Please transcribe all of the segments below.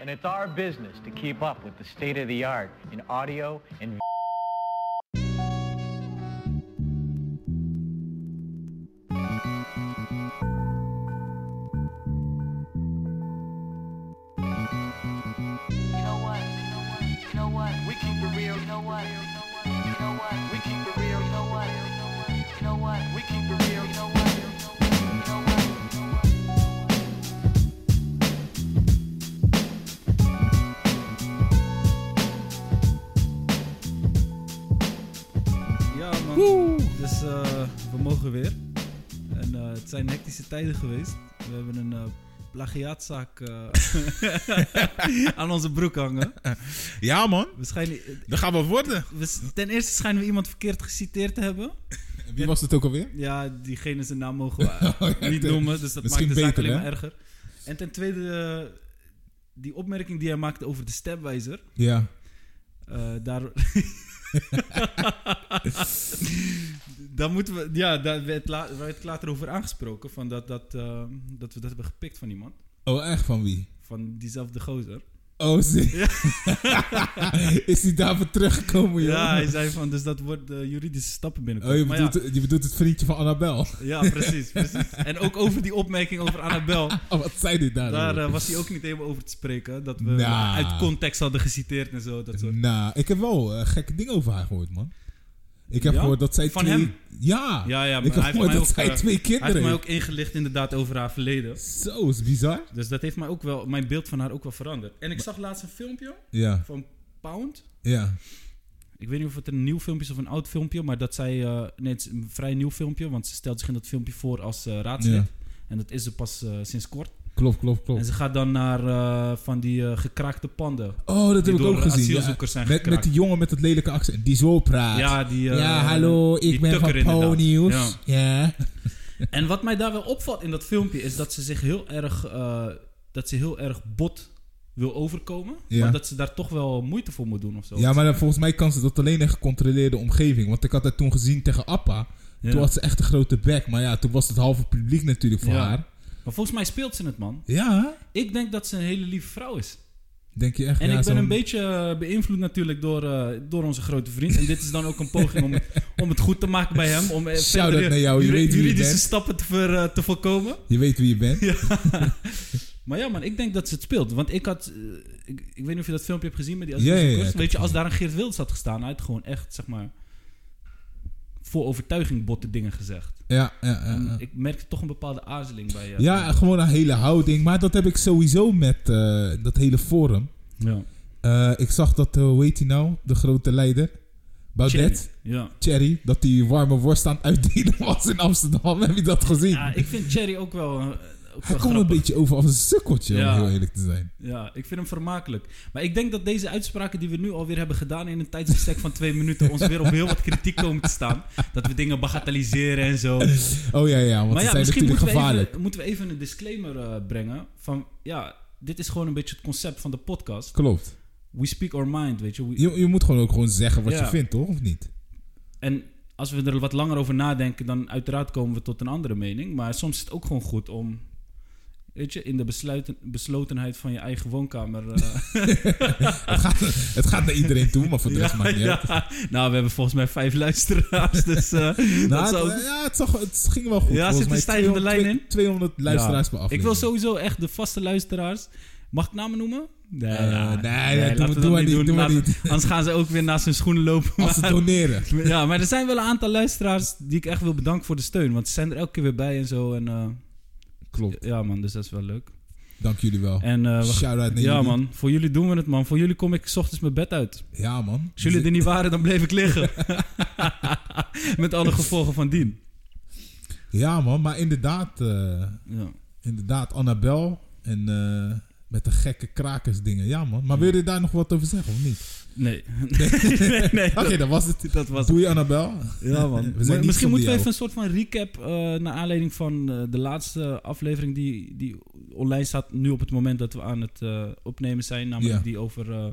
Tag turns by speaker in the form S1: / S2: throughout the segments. S1: And it's our business to keep up with the state of the art in audio and
S2: You know what? You know what?
S3: We keep it real.
S2: You know what? You know what?
S3: We keep it real.
S2: You know what? You know what?
S3: We keep it real.
S2: You know what? You know what?
S4: Ja, man. Dus eh, we mogen weer. En eh, het zijn hectische tijden geweest. We hebben een eh, plagiaatzaak eh, aan onze broek hangen.
S5: Ja, man.
S4: We schijnen,
S5: Dat gaan we worden.
S4: we s- ten eerste schijnen we iemand verkeerd geciteerd te hebben.
S5: Wie was het ook alweer?
S4: Ja, diegene zijn naam mogen we
S5: Oh, ja,
S4: niet
S5: de-
S4: noemen, dus dat
S5: Misschien
S4: maakt de zaak
S5: beter,
S4: alleen
S5: hè?
S4: maar erger. En ten tweede, eh, die opmerking die hij maakte over de stepwijzer.
S5: Ja.
S4: Eh, daar... daar moeten we... Ja, daar werd, la, werd later over aangesproken. Van dat, dat, eh, dat we dat hebben gepikt van iemand.
S5: Oh, echt van wie?
S4: Van diezelfde gozer.
S5: Oh, zie. is hij daarvoor teruggekomen, joh?
S4: Ja, hij zei van... Dus dat wordt eh, juridische stappen
S5: Oh,
S4: binnenkort.
S5: je
S4: Maar
S5: bedoelt,
S4: ja,
S5: je bedoelt het vriendje van Annabel.
S4: ja, precies, precies. En ook over die opmerking over Annabel.
S5: Oh, wat zei dit daar?
S4: Daar
S5: joh?
S4: eh, was hij ook niet helemaal over te spreken. Dat we
S5: Nah.
S4: uit context hadden geciteerd en zo. Dat soort.
S5: Nou, ik heb wel eh, gekke dingen over haar gehoord, man. Ik heb
S4: Ja?
S5: gehoord dat zij
S4: Van
S5: twee...
S4: hem?
S5: Ja.
S4: Ja, ja, maar
S5: ik
S4: hij
S5: heb
S4: heeft
S5: gehoord
S4: mij
S5: dat
S4: ook,
S5: zij
S4: eh,
S5: twee
S4: Hij heeft
S5: kinderen
S4: mij
S5: heeft.
S4: ook ingelicht inderdaad over haar verleden.
S5: Zo, is bizar.
S4: Dus dat heeft mij ook wel, mijn beeld van haar ook wel veranderd. En ik zag laatst een filmpje
S5: Ja,
S4: van Pound.
S5: ja.
S4: Ik weet niet of het een nieuw filmpje is of een oud filmpje, maar dat zij. eh, nee, het is een vrij nieuw filmpje, want ze stelt zich in dat filmpje voor als eh, raadslid.
S5: Ja. Oh.
S4: En dat is ze pas eh, sinds kort.
S5: Klopt, klopt,
S4: En
S5: klopt.
S4: ze gaat dan naar eh, van die eh, gekraakte panden.
S5: Oh, dat
S4: die
S5: heb ik
S4: door
S5: ook gezien. Ja.
S4: asielzoekers zijn
S5: Met, met die jongen met het lelijke accent. Die zo praat.
S4: Ja, die, eh,
S5: ja, hallo, ik
S4: die
S5: ben
S4: tukker
S5: van Pro
S4: inderdaad.
S5: News.
S4: Ja.
S5: Ja.
S4: En wat mij daar wel opvalt in dat filmpje is dat ze zich heel erg, eh, dat ze heel erg bot wil overkomen.
S5: Ja.
S4: Maar dat ze daar toch wel moeite voor moet doen of zo.
S5: Ja, maar dan, volgens mij kan ze dat alleen in een gecontroleerde omgeving. Want ik had dat toen gezien tegen Appa.
S4: Ja.
S5: Toen had ze echt een grote bek. Maar ja, toen was het halve publiek natuurlijk voor
S4: Ja.
S5: haar.
S4: Maar volgens mij speelt ze het, man.
S5: Ja,
S4: Ik denk dat ze een hele lieve vrouw is.
S5: denk je echt.
S4: En
S5: ja,
S4: ik ben
S5: zo'n-
S4: een beetje eh, beïnvloed natuurlijk door, eh, door onze grote vriend. En dit is dan ook een poging om, het- om het goed te maken bij hem. Om eh,
S5: Shout-out
S4: verdere
S5: naar jou, je
S4: juri-
S5: weet wie je
S4: juridische
S5: bent.
S4: stappen te, ver, eh, te voorkomen.
S5: Je weet wie je bent.
S4: Maar ja, man, ik denk dat ze het speelt. Want ik had... eh, ik, ik weet niet of je dat filmpje hebt gezien met die
S5: Ja, ja, ja,
S4: asielzoekers.
S5: ik
S4: weet je, als daar een Geert Wilders had gestaan... hij had gewoon echt, zeg maar... voor overtuiging botte dingen gezegd.
S5: Ja, ja, ja,
S4: En
S5: ja.
S4: Mm, Ik merkte toch een bepaalde aarzeling bij eh, je.
S5: Ja, gewoon een hele houding. Maar dat heb ik sowieso met eh, dat hele forum.
S4: ja.
S5: Eh, ik zag dat, eh, hoe heet hij nou? De grote leider. Baudet.
S4: Ja.
S5: Thierry. Dat die warme worst aan het uitdelen was in Amsterdam. Heb je dat gezien?
S4: ja, ik vind Cherry ook wel... eh, ook
S5: Hij
S4: wel
S5: komt een
S4: grappig.
S5: beetje over als een sukkeltje,
S4: Ja.
S5: om heel eerlijk te zijn.
S4: Ja, ik vind hem vermakelijk. Maar ik denk dat deze uitspraken die we nu alweer hebben gedaan in een tijdsbestek van twee minuten ons weer op heel wat kritiek komen te staan. Dat we dingen bagatelliseren en zo.
S5: Oh ja, ja, want
S4: maar
S5: ze
S4: ja, misschien
S5: zijn natuurlijk
S4: moeten we,
S5: gevaarlijk.
S4: even, moeten we even een disclaimer eh, brengen. Van ja, dit is gewoon een beetje het concept van de podcast.
S5: Klopt.
S4: We speak our mind, weet je. We-
S5: Je, je moet gewoon ook gewoon zeggen wat
S4: Ja.
S5: je vindt, toch? Of niet?
S4: en als we er wat langer over nadenken, dan uiteraard komen we tot een andere mening. Maar soms is het ook gewoon goed om. Weet je, in de besluiten, beslotenheid van je eigen woonkamer. eh,
S5: Het gaat, het gaat naar iedereen toe, maar voor de rest maakt niet uit.
S4: ja. Nou, we hebben volgens mij vijf luisteraars, dus eh, dat
S5: Nou,
S4: zou...
S5: het, ja, het, zag, het ging wel goed.
S4: Ja,
S5: Volgens
S4: zit een
S5: mij
S4: stijgende
S5: 200
S4: lijn in?
S5: 200 luisteraars
S4: Ja.
S5: per
S4: Ik
S5: aflevering.
S4: wil sowieso echt de vaste luisteraars... Mag ik namen noemen? Nee,
S5: Eh,
S4: ja,
S5: nee, nee, doe-
S4: laten we
S5: doe
S4: dat
S5: maar niet, doe maar
S4: Laten-
S5: niet.
S4: Anders gaan ze ook weer naast hun schoenen lopen.
S5: Als ze
S4: maar-
S5: doneren.
S4: ja, maar er zijn wel een aantal luisteraars die ik echt wil bedanken voor de steun. Want ze zijn er elke keer weer bij en zo. En, eh,
S5: Klopt.
S4: ja man, dus dat is wel leuk.
S5: Dank jullie wel.
S4: En, eh, we-
S5: Shout-out naar
S4: ja
S5: jullie.
S4: man, voor jullie doen we het man. Voor jullie kom ik 's ochtends mijn bed uit.
S5: Ja, man.
S4: Als jullie er niet waren, dan bleef ik liggen. Met alle gevolgen van dien.
S5: Ja, man. Maar inderdaad, eh,
S4: Ja.
S5: inderdaad Annabel en eh, met de gekke krakersdingen. Ja, man. Maar wil je daar nog wat over zeggen of niet?
S4: Nee. Nee, nee,
S5: Oké,
S4: dat,
S5: dat was het.
S4: dat was
S5: Doei, Annabel.
S4: Ja, man.
S5: We zijn niet
S4: misschien
S5: zonder
S4: moeten we
S5: jou.
S4: even een soort van recap. eh naar aanleiding van eh, de laatste aflevering die, die online staat. Nu op het moment dat we aan het eh, opnemen zijn. Namelijk
S5: Ja.
S4: die over eh,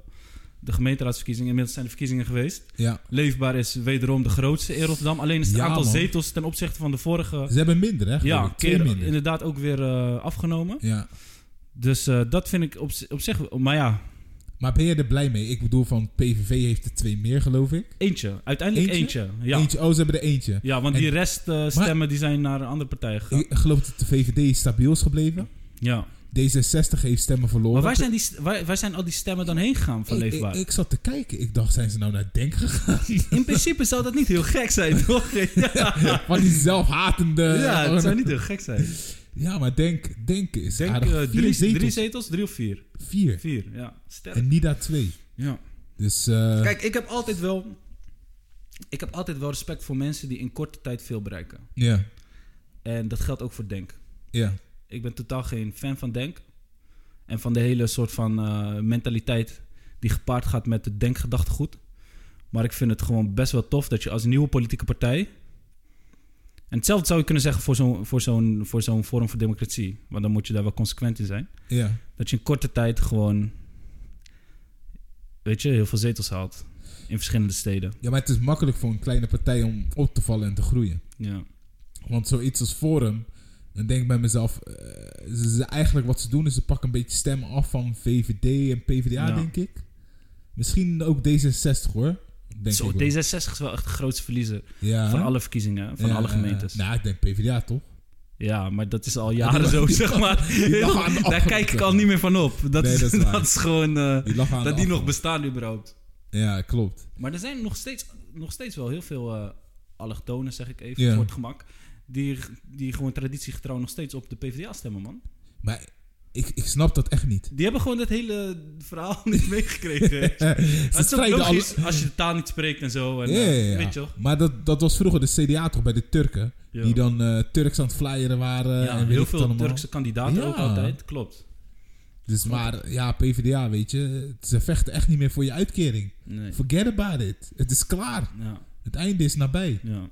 S4: de gemeenteraadsverkiezingen. Inmiddels zijn de verkiezingen geweest.
S5: Ja.
S4: Leefbaar is wederom de grootste in Rotterdam. Alleen is het
S5: Ja,
S4: aantal
S5: man.
S4: zetels ten opzichte van de vorige.
S5: Ze hebben minder, hè? geloof
S4: Ja,
S5: ik. Twee
S4: keer
S5: minder.
S4: inderdaad ook weer eh, afgenomen.
S5: Ja.
S4: Dus eh, dat vind ik op, z- op zich... Maar ja,
S5: Maar ben je er blij mee? Ik bedoel, van PVV heeft er twee meer, geloof ik.
S4: eentje. Uiteindelijk
S5: Eentje?
S4: eentje. ja.
S5: Eentje, oh, ze hebben er eentje.
S4: Ja, want
S5: En-
S4: die rest eh, stemmen die zijn naar een andere partij gegaan.
S5: Ik geloof dat de VVD stabiel is gebleven.
S4: ja.
S5: D66 heeft stemmen verloren.
S4: Maar waar zijn, die, st- waar, waar zijn al die stemmen dan heen gegaan van
S5: ik,
S4: Leefbaar?
S5: ik, ik zat te kijken. Ik dacht, zijn ze nou naar Denk gegaan?
S4: In principe zou dat niet heel gek zijn, toch? ja,
S5: Van die zelfhatende...
S4: ja, het zou niet heel gek zijn.
S5: Ja, maar Denk, denk is
S4: Denk
S5: aardig.
S4: eh,
S5: Vier
S4: drie,
S5: zetels.
S4: drie zetels, drie of vier?
S5: Vier.
S4: Vier, ja. Sterk.
S5: En Nida twee.
S4: Ja.
S5: Dus eh,
S4: Kijk, ik heb altijd wel... Ik heb altijd wel respect voor mensen die in korte tijd veel bereiken.
S5: ja,
S4: En dat geldt ook voor Denk.
S5: ja.
S4: Ik ben totaal geen fan van Denk. En van de hele soort van eh, mentaliteit die gepaard gaat met het denkgedachtegoed. Maar ik vind het gewoon best wel tof dat je als nieuwe politieke partij... En hetzelfde zou je kunnen zeggen voor zo'n voor zo'n voor zo'n vorm voor democratie. Want dan moet je daar wel consequent in zijn.
S5: ja.
S4: Dat je in korte tijd gewoon... Weet je, heel veel zetels haalt. In verschillende steden.
S5: Ja, maar het is makkelijk voor een kleine partij om op te vallen en te groeien.
S4: Ja.
S5: Want zoiets als Forum, dan denk ik bij mezelf... eh, ze, ze- eigenlijk wat ze doen is ze pakken een beetje stemmen af van VVD en PvdA,
S4: Ja.
S5: denk ik. Misschien ook D66, hoor. Denk
S4: Zo,
S5: ik wel.
S4: D66 is wel echt de grootste verliezer
S5: ja.
S4: van alle verkiezingen, van
S5: Ja,
S4: alle
S5: ja,
S4: gemeentes.
S5: ja. Nou, ik denk PvdA, toch?
S4: Ja, maar dat is al
S5: die
S4: jaren
S5: lag-
S4: zo,
S5: die
S4: zeg
S5: lag-
S4: maar.
S5: die lag aan de
S4: Daar
S5: afgrond,
S4: kijk ik
S5: zeg
S4: al
S5: maar.
S4: niet meer van op. Dat,
S5: Nee,
S4: is,
S5: dat
S4: dat,
S5: is
S4: is,
S5: waar.
S4: gewoon... eh,
S5: Die lag
S4: dat
S5: aan de
S4: die nog
S5: afgrond.
S4: bestaan überhaupt.
S5: Ja, klopt.
S4: Maar er zijn nog steeds, nog steeds wel heel veel eh allochtonen, zeg ik even,
S5: Ja.
S4: voor het gemak. Die, die gewoon traditiegetrouw nog steeds op de PvdA stemmen, man.
S5: Maar ik, ik snap dat echt niet.
S4: Die hebben gewoon dat hele verhaal niet meegekregen. Maar
S5: Ze
S4: Het is ook
S5: strijden alle-
S4: logisch als je de taal niet spreekt en zo. En,
S5: Ja, ja,
S4: eh,
S5: ja.
S4: Weet je toch?
S5: Maar dat, dat was vroeger de CDA toch bij de Turken?
S4: Ja.
S5: Die dan eh, Turks aan het flyeren waren.
S4: Ja,
S5: en weet
S4: heel
S5: ik het
S4: veel
S5: allemaal.
S4: Turkse kandidaten
S5: Ja.
S4: ook altijd. Klopt.
S5: Dus maar ja, PvdA, weet je. Ze vechten echt niet meer voor je uitkering.
S4: Nee.
S5: Forget about it. Het is klaar.
S4: Ja,
S5: Het einde is nabij.
S4: ja.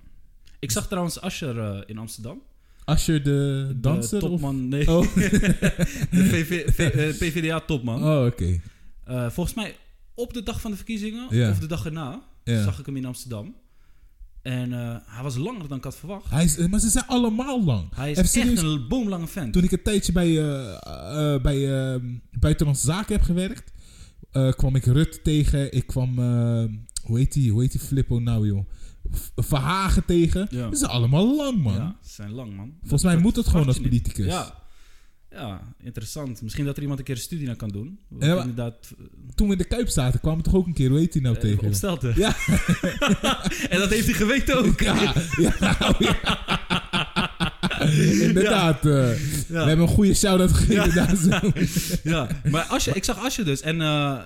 S4: Ik zag trouwens Asher eh, in Amsterdam.
S5: Asscher de danser?
S4: De
S5: of?
S4: topman, nee.
S5: Oh,
S4: De VV, V- eh, PvdA-topman.
S5: oh oké.
S4: Eh, volgens mij op de dag van de verkiezingen
S5: Ja.
S4: of de dag erna
S5: Ja.
S4: zag ik hem in Amsterdam. En eh, hij was langer dan ik had verwacht.
S5: Hij is, eh, maar ze zijn allemaal lang.
S4: Hij is
S5: Even
S4: echt
S5: serieus,
S4: een boomlange fan.
S5: Toen ik een tijdje bij, eh, eh, bij eh, Buitenlandse Zaken heb gewerkt, eh, kwam ik Rut tegen. Ik kwam, eh, hoe heet die, hoe heet die Flippo nou joh? V- Verhagen tegen.
S4: Ja.
S5: Dat is allemaal lang, man.
S4: Ja, ze zijn lang, man.
S5: Volgens mij moet het gewoon als
S4: verwacht je niet.
S5: politicus.
S4: Ja. ja, interessant. Misschien dat er iemand een keer een studie naar kan doen. Want
S5: Ja, maar-
S4: inderdaad,
S5: Toen we in de Kuip zaten, kwamen we toch ook een keer, hoe heet die nou tegen?
S4: eh,
S5: joh?
S4: opstelde.
S5: Ja.
S4: en dat heeft hij geweten ook.
S5: Ja, ja, nou, ja. Inderdaad. eh, We hebben een goede shout-out gegeven daar zo.
S4: Ja, maar Asje, ik zag Asje dus. En eh,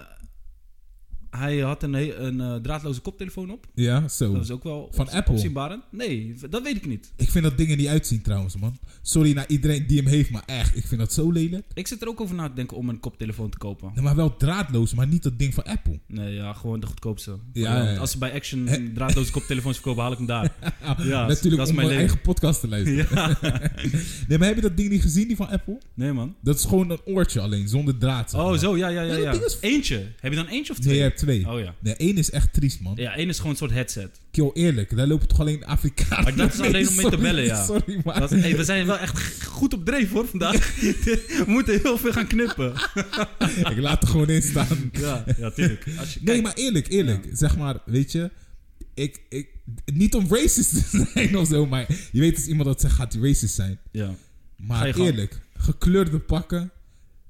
S4: hij had een, he- een eh, draadloze koptelefoon op.
S5: Ja, zo.
S4: Dat is ook wel
S5: Van
S4: op-
S5: Apple?
S4: opzienbarend. Nee, v- dat weet ik niet.
S5: Ik vind dat dingen niet uitzien trouwens, man. Sorry naar iedereen die hem heeft, maar echt, ik vind dat zo lelijk.
S4: Ik zit er ook over na te denken om een koptelefoon te kopen.
S5: Nee, maar wel draadloos, maar niet dat ding van Apple.
S4: Nee, ja, gewoon de goedkoopste.
S5: Ja, ja, ja.
S4: Als ze bij Action draadloze koptelefoons verkopen, haal ik hem daar.
S5: Ah,
S4: Ja,
S5: Natuurlijk
S4: dat is mijn
S5: om mijn
S4: leven.
S5: eigen podcast te luisteren.
S4: Ja.
S5: Nee, maar heb je dat ding niet gezien, die van Apple?
S4: Nee, man.
S5: Dat is gewoon een oortje alleen, zonder draad. zeg
S4: Oh,
S5: maar.
S4: zo, ja, ja, ja.
S5: Nee, dat
S4: ja.
S5: ding is-
S4: Eentje. Heb je dan eentje of twee?
S5: Nee, je hebt twee.
S4: Oh ja.
S5: Nee, één is echt triest, man.
S4: Ja, één is gewoon een soort headset.
S5: Kill eerlijk, daar lopen toch alleen Afrikanen
S4: Maar dat is
S5: mee?
S4: alleen om mee te
S5: Sorry,
S4: bellen, ja.
S5: Sorry, maar...
S4: Dat, hey, we zijn wel echt g- goed op dreef, hoor, vandaag. We moeten heel veel gaan knippen.
S5: Ik laat er gewoon in staan.
S4: Ja, ja tuurlijk. Als je
S5: Nee,
S4: kijkt-
S5: maar eerlijk, eerlijk. Zeg maar, weet je... Ik, ik, niet om racist te zijn of zo, maar je weet als iemand dat zegt, gaat hij racist zijn.
S4: Ja. Ga
S5: Maar
S4: je gang.
S5: eerlijk, gekleurde pakken,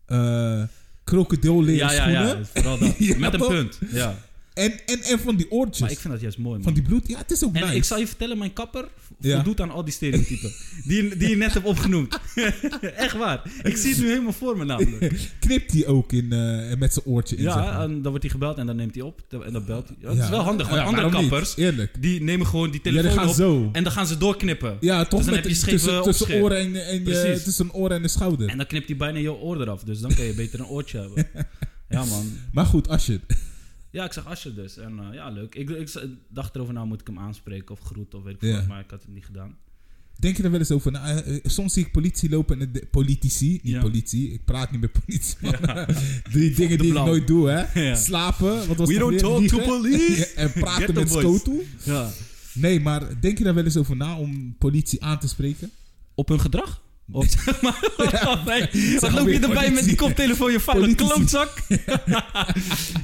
S5: eh krokodilleren
S4: Ja, ja,
S5: schoenen.
S4: ja. Vooral dat.
S5: Ja,
S4: Met een
S5: toch?
S4: punt. Ja.
S5: En, en, en van die oortjes.
S4: Maar ik vind dat juist mooi, man.
S5: Van die bloed, ja, het is ook
S4: En
S5: nice.
S4: ik zal je vertellen, mijn kapper vo-
S5: Ja.
S4: voldoet aan al die stereotypen die, die je net hebt opgenoemd. Echt waar. Ik zie het nu helemaal voor me namelijk.
S5: Knipt hij ook in, eh, met zijn oortje in, zeg
S4: Ja, eh,
S5: maar.
S4: en dan wordt hij gebeld en dan neemt hij op te- en dan belt hij. Ja, Dat
S5: Ja.
S4: is wel handig, want
S5: Ja,
S4: andere
S5: waarom niet?
S4: kappers
S5: Eerlijk.
S4: die nemen gewoon die
S5: die
S4: telefoon
S5: gaan
S4: op
S5: zo.
S4: en dan gaan ze doorknippen.
S5: Ja, toch
S4: Dus dan
S5: met,
S4: heb je scheef,
S5: tussen,
S4: eh,
S5: tussen,
S4: opscheep.
S5: oren en, en je,
S4: Precies.
S5: tussen oren en de schouder.
S4: En dan knipt hij bijna je oor eraf, dus dan kan je beter een oortje hebben. Ja man.
S5: Maar goed, als je...
S4: Ja, ik zag Asje dus en eh, ja, leuk. Ik, ik z- dacht erover nou moet ik hem aanspreken of groeten of weet ik
S5: Ja.
S4: wat, maar ik had het niet gedaan.
S5: Denk je er wel eens over na? Eh, eh, Soms zie ik politie lopen en de, politici, niet
S4: Ja.
S5: politie, ik praat niet met politie. man. Die dingen die ik
S4: blauw.
S5: nooit doe, hè?
S4: Ja.
S5: Slapen, wat was
S4: We
S5: het
S4: don't
S5: weer?
S4: talk to
S5: Liegen.
S4: police.
S5: en
S4: Get
S5: praten
S4: the
S5: met
S4: boys.
S5: Skotu.
S4: Ja.
S5: Nee, maar denk je daar wel eens over na om politie aan te spreken?
S4: Op hun gedrag? Of zeg maar, nee, wat loop je
S5: alweer
S4: erbij met die
S5: politici.
S4: koptelefoon in je vuile
S5: Politici.
S4: klootzak?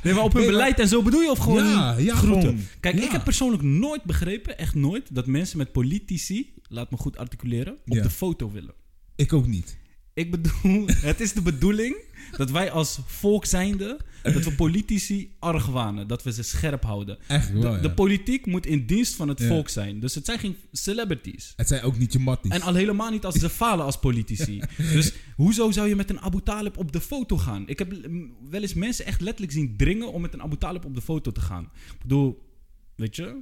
S4: nee, maar op hun
S5: Nee, maar-
S4: beleid en zo bedoel je of gewoon
S5: Ja, ja,
S4: groeten?
S5: gewoon.
S4: Kijk,
S5: Ja.
S4: ik heb persoonlijk nooit begrepen, echt nooit, dat mensen met politici, laat me goed articuleren, op
S5: Ja.
S4: de foto willen.
S5: Ik ook niet.
S4: Ik bedoel, het is de bedoeling dat wij als volk zijnde, dat we politici argwanen, dat we ze scherp houden.
S5: Eigenlijk wel,
S4: De, de
S5: ja.
S4: politiek moet in dienst van het
S5: Ja.
S4: volk zijn. Dus het zijn geen celebrities.
S5: Het zijn ook niet je matties.
S4: En al helemaal niet als ze falen als politici. Dus hoezo zou je met een Abu Talib op de foto gaan? Ik heb mm, wel eens mensen echt letterlijk zien dringen om met een Abu Talib op de foto te gaan. Ik bedoel, weet je?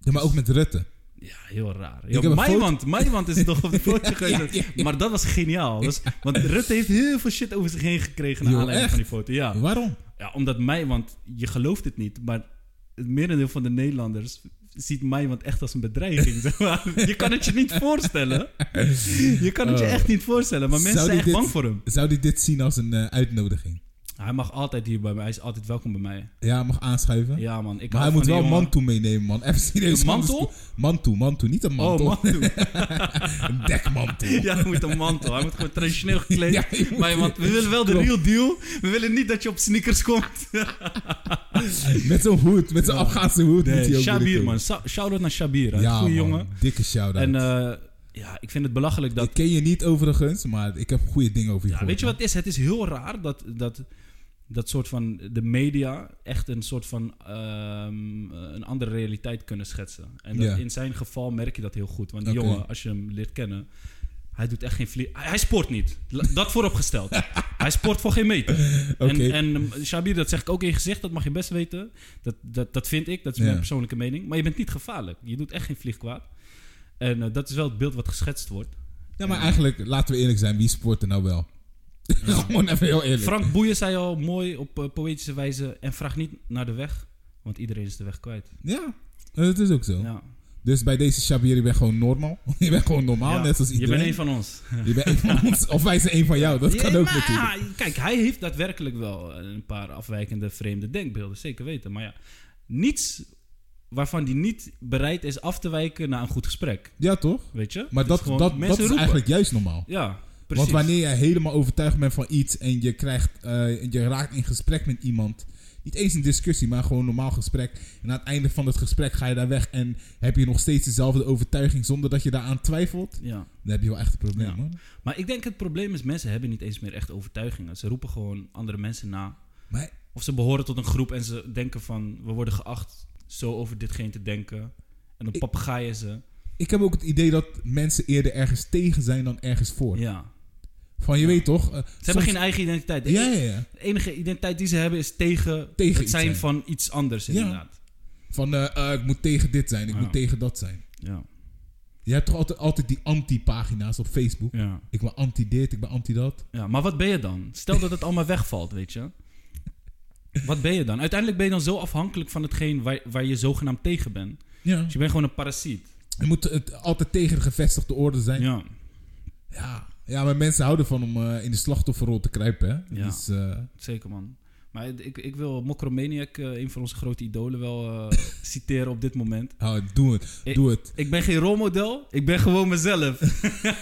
S5: ja, maar ook met Rutte.
S4: Ja, heel raar.
S5: heb
S4: Ja,
S5: een
S4: Maiwand, Maiwand is toch op de foto geweest.
S5: ja, ja.
S4: Maar dat was geniaal. Dus, want Rutte heeft heel veel shit over zich heen gekregen naar
S5: Joh,
S4: aanleiding van die foto. Ja.
S5: Waarom?
S4: ja, omdat Maiwand, je gelooft het niet, maar het merendeel van de Nederlanders ziet Maiwand echt als een bedreiging. zeg maar. Je kan het je niet voorstellen. Je kan het je echt niet voorstellen, maar mensen
S5: Oh. Zou
S4: zijn
S5: die
S4: echt bang
S5: dit-
S4: voor hem.
S5: Zou die dit zien als een eh, uitnodiging?
S4: Hij mag altijd hier bij mij, hij is altijd welkom bij mij.
S5: Ja, mag aanschuiven.
S4: Ja man, ik
S5: Maar hij
S4: hou
S5: moet
S4: van
S5: wel
S4: die
S5: een
S4: jongen.
S5: mantoe meenemen, man. Even serieus.
S4: Een mantel?
S5: anders- Mantoe, mantoe. Niet een mantel.
S4: Oh, mantel.
S5: een dekmantel.
S4: Ja, hij moet een mantel. Hij moet gewoon traditioneel gekleed.
S5: Ja, je moet-
S4: maar je- want we willen wel de
S5: Klopt.
S4: real deal. We willen niet dat je op sneakers komt.
S5: Met zo'n hoed, met zo'n Afghaanse hoed. moet hij ook
S4: Shabir,
S5: binnenkomen.
S4: man. Sa- Shout-out naar Shabir. hè.
S5: Ja,
S4: Goeie
S5: man.
S4: jongen.
S5: Dikke shout-out.
S4: En eh, ja, ik vind het belachelijk dat...
S5: ik ken je niet overigens, maar ik heb goede dingen over je
S4: Ja,
S5: gehoord,
S4: weet je wat
S5: man.
S4: het is? Het is heel raar dat, dat, dat soort van de media echt een soort van ehm, een andere realiteit kunnen schetsen. En dat
S5: Ja.
S4: in zijn geval merk je dat heel goed. Want die
S5: Oké.
S4: jongen, als je hem leert kennen, hij doet echt geen vlie- Hij, hij sport niet. La- Dat vooropgesteld. hij sport voor geen meter.
S5: Oké.
S4: En, en ehm, Shabir, dat zeg ik ook in je gezicht, dat mag je best weten. Dat, dat, dat vind ik, dat is
S5: Ja.
S4: mijn persoonlijke mening. Maar je bent niet gevaarlijk. Je doet echt geen vlieg kwaad. En eh, dat is wel het beeld wat geschetst wordt.
S5: Ja, maar eigenlijk, laten we eerlijk zijn. Wie sport er nou wel? Gewoon even heel eerlijk.
S4: Frank Boeien zei al mooi op eh, poëtische wijze... en vraag niet naar de weg, want iedereen is de weg kwijt.
S5: Ja, dat is ook zo.
S4: Ja.
S5: Dus bij deze Shabir, je bent gewoon normaal. je bent gewoon normaal,
S4: Ja.
S5: Ah, net als
S4: Je
S5: iedereen.
S4: bent een van ons.
S5: Je bent een van ons. Of wij zijn een van jou. Dat kan
S4: Ja,
S5: ook
S4: maar
S5: natuurlijk.
S4: ja, Kijk, hij heeft daadwerkelijk wel eh, een paar afwijkende vreemde denkbeelden, zeker weten. Maar ja, niets waarvan hij niet bereid is af te wijken na een goed gesprek.
S5: Ja, toch?
S4: Weet je?
S5: Maar
S4: Het is
S5: dat,
S4: gewoon
S5: dat, dat is
S4: mensen roepen.
S5: eigenlijk juist normaal.
S4: Ja, precies.
S5: Want wanneer je helemaal overtuigd bent van iets en je, krijgt, eh, en je raakt in gesprek met iemand. Niet eens een discussie, maar gewoon een normaal gesprek. En aan het einde van het gesprek ga je daar weg en heb je nog steeds dezelfde overtuiging zonder dat je daaraan twijfelt.
S4: Ja.
S5: Dan heb je wel echt een probleem,
S4: Ja.
S5: man.
S4: Maar ik denk het probleem is, mensen hebben niet eens meer echt overtuigingen. Ze roepen gewoon andere mensen na.
S5: Maar
S4: Of ze behoren tot een groep en ze denken van... we worden geacht zo over ditgene te denken. En dan
S5: Ik-
S4: papegaaien ze.
S5: ik heb ook het idee dat mensen eerder ergens tegen zijn dan ergens voor.
S4: Ja.
S5: Van je weet toch? eh,
S4: Ze hebben
S5: soms-
S4: geen eigen identiteit. De e-
S5: Ja, ja, ja.
S4: de enige identiteit die ze hebben is tegen,
S5: Tegen
S4: het
S5: iets
S4: zijn
S5: zijn.
S4: van iets anders inderdaad.
S5: Van eh, eh, ik moet tegen dit zijn, ik
S4: Ja.
S5: moet tegen dat zijn.
S4: Ja.
S5: Je hebt toch altijd, altijd die anti-pagina's op Facebook?
S4: Ja.
S5: Ik ben anti-dit, ik ben anti-dat.
S4: ja. Maar wat ben je dan? Stel dat het allemaal wegvalt, weet je. Wat ben je dan? Uiteindelijk ben je dan zo afhankelijk van hetgeen waar, waar je zogenaamd tegen bent.
S5: Ja.
S4: Dus je bent gewoon een parasiet.
S5: Je moet het altijd tegen de gevestigde orde zijn. Ja.
S4: Ja.
S5: Ja, maar mensen houden van om eh, in de slachtofferrol te kruipen, hè?
S4: Ja.
S5: Dus, eh,
S4: Zeker, man. Maar ik, ik wil Mokromaniac, eh, een van onze grote idolen, wel eh, citeren op dit moment.
S5: hou het, doe het,
S4: Ik-
S5: doe het.
S4: Ik ben geen rolmodel, ik ben gewoon mezelf.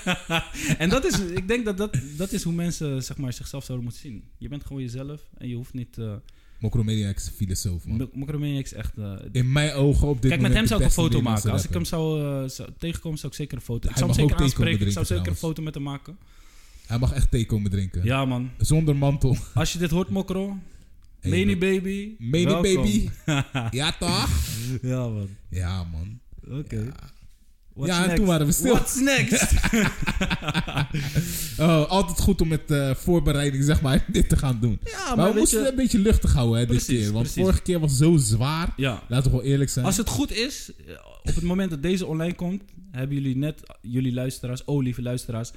S4: en dat is, ik denk dat, dat dat is hoe mensen zeg maar, zichzelf zouden moeten zien. Je bent gewoon jezelf en je hoeft niet... eh
S5: Mokromaniac is een filosoof, man.
S4: Mo- Mokromaniacs echt... eh,
S5: In mijn ogen op dit
S4: kijk, met
S5: moment
S4: hem
S5: de
S4: zou ik een
S5: beste
S4: foto
S5: Nederlandse
S4: maken. Als ik hem
S5: rapper.
S4: zou, eh, zou tegenkomen, zou ik zeker een foto... Ik
S5: Hij
S4: zou hem
S5: mag
S4: zeker
S5: ook thee komen
S4: aanspreken, ik zou zeker
S5: drinken
S4: een foto met hem maken.
S5: Hij mag echt thee komen drinken.
S4: Ja, man.
S5: Zonder mantel.
S4: Als je dit hoort, Mokro...
S5: Hey,
S4: Many
S5: man.
S4: baby.
S5: Many
S4: welkom.
S5: baby. ja, toch?
S4: Ja, man.
S5: Ja, man.
S4: Oké. What's
S5: Ja, en
S4: next?
S5: toen waren we stil.
S4: What's next?
S5: Oh, altijd goed om met eh, voorbereiding, zeg maar, dit te gaan doen.
S4: Ja, maar
S5: maar we
S4: weet
S5: moesten
S4: je-
S5: het een beetje luchtig houden, hè, dit
S4: Precies,
S5: keer. Want
S4: precies.
S5: vorige keer was het zo zwaar.
S4: ja.
S5: Laten we wel eerlijk zijn.
S4: Als het goed is, eh, op het moment dat deze online komt, hebben jullie net, jullie luisteraars, oh lieve luisteraars,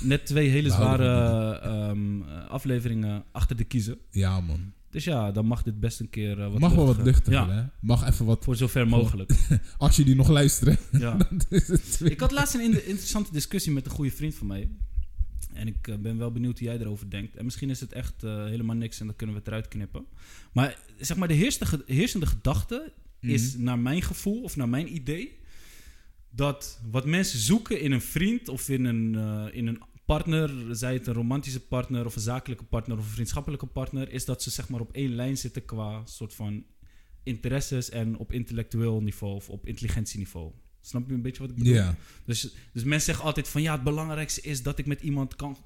S4: net twee hele
S5: We houden
S4: zware ehm, eh, afleveringen achter de kiezen.
S5: Ja, man.
S4: Dus ja, dan mag dit best een keer eh, wat
S5: Mag wel wat luchtiger,
S4: Ja,
S5: hè? Mag even wat...
S4: voor zover mogelijk.
S5: Als jullie nog luisteren.
S4: ja.
S5: dat is het weer.
S4: Ik had laatst een in- interessante discussie met een goede vriend van mij. En ik eh, ben wel benieuwd hoe jij erover denkt. En misschien is het echt eh, helemaal niks en dan kunnen we het eruit knippen. Maar zeg maar, de heerste ge- heersende gedachte is naar mijn gevoel of naar mijn idee... dat wat mensen zoeken in een vriend of in een, eh, in een partner, zij het een romantische partner of een zakelijke partner of een vriendschappelijke partner, is dat ze zeg maar op één lijn zitten qua soort van interesses en op intellectueel niveau of op intelligentieniveau. Snap je een beetje wat ik bedoel?
S5: Ja.
S4: Dus, dus mensen zeggen altijd van ja, het belangrijkste is dat ik met iemand kan,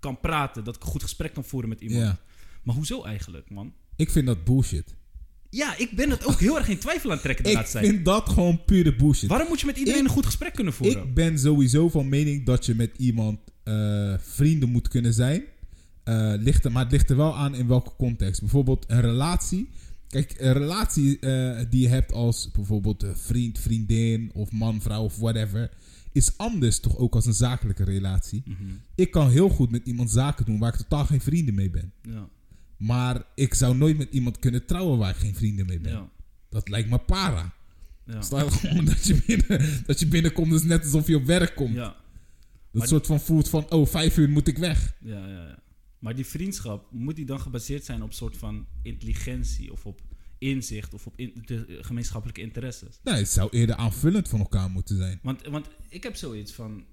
S4: kan praten, dat ik een goed gesprek kan voeren met iemand.
S5: Ja.
S4: Maar hoezo eigenlijk, man?
S5: Ik vind dat bullshit.
S4: Ja, ik ben het ook heel erg in twijfel aan het trekken de
S5: Ik
S4: laatste tijd.
S5: vind dat gewoon pure bullshit.
S4: Waarom moet je met iedereen
S5: Ik-
S4: een goed gesprek kunnen voeren?
S5: Ik ben sowieso van mening dat je met iemand eh, vrienden moet kunnen zijn. Eh, ligt er, maar het ligt er wel aan in welke context. Bijvoorbeeld een relatie. Kijk, een relatie eh, die je hebt als bijvoorbeeld een vriend, vriendin of man, vrouw of whatever. Is anders toch ook als een zakelijke relatie.
S4: Mhm.
S5: Ik kan heel goed met iemand zaken doen waar ik totaal geen vrienden mee ben.
S4: ja.
S5: Maar ik zou nooit met iemand kunnen trouwen waar ik geen vrienden mee ben.
S4: Ja.
S5: Dat lijkt me para.
S4: Ja.
S5: Stel gewoon dat je, binnen, dat je binnenkomt, dat is net alsof je op werk komt.
S4: ja.
S5: Dat soort van voelt van, oh, vijf uur moet ik weg.
S4: Ja, ja, ja. Maar die vriendschap, moet die dan gebaseerd zijn op soort van intelligentie of op inzicht of op in- de- gemeenschappelijke interesses?
S5: Nee, Nou, het zou eerder aanvullend van elkaar moeten zijn.
S4: Want, want ik heb zoiets van,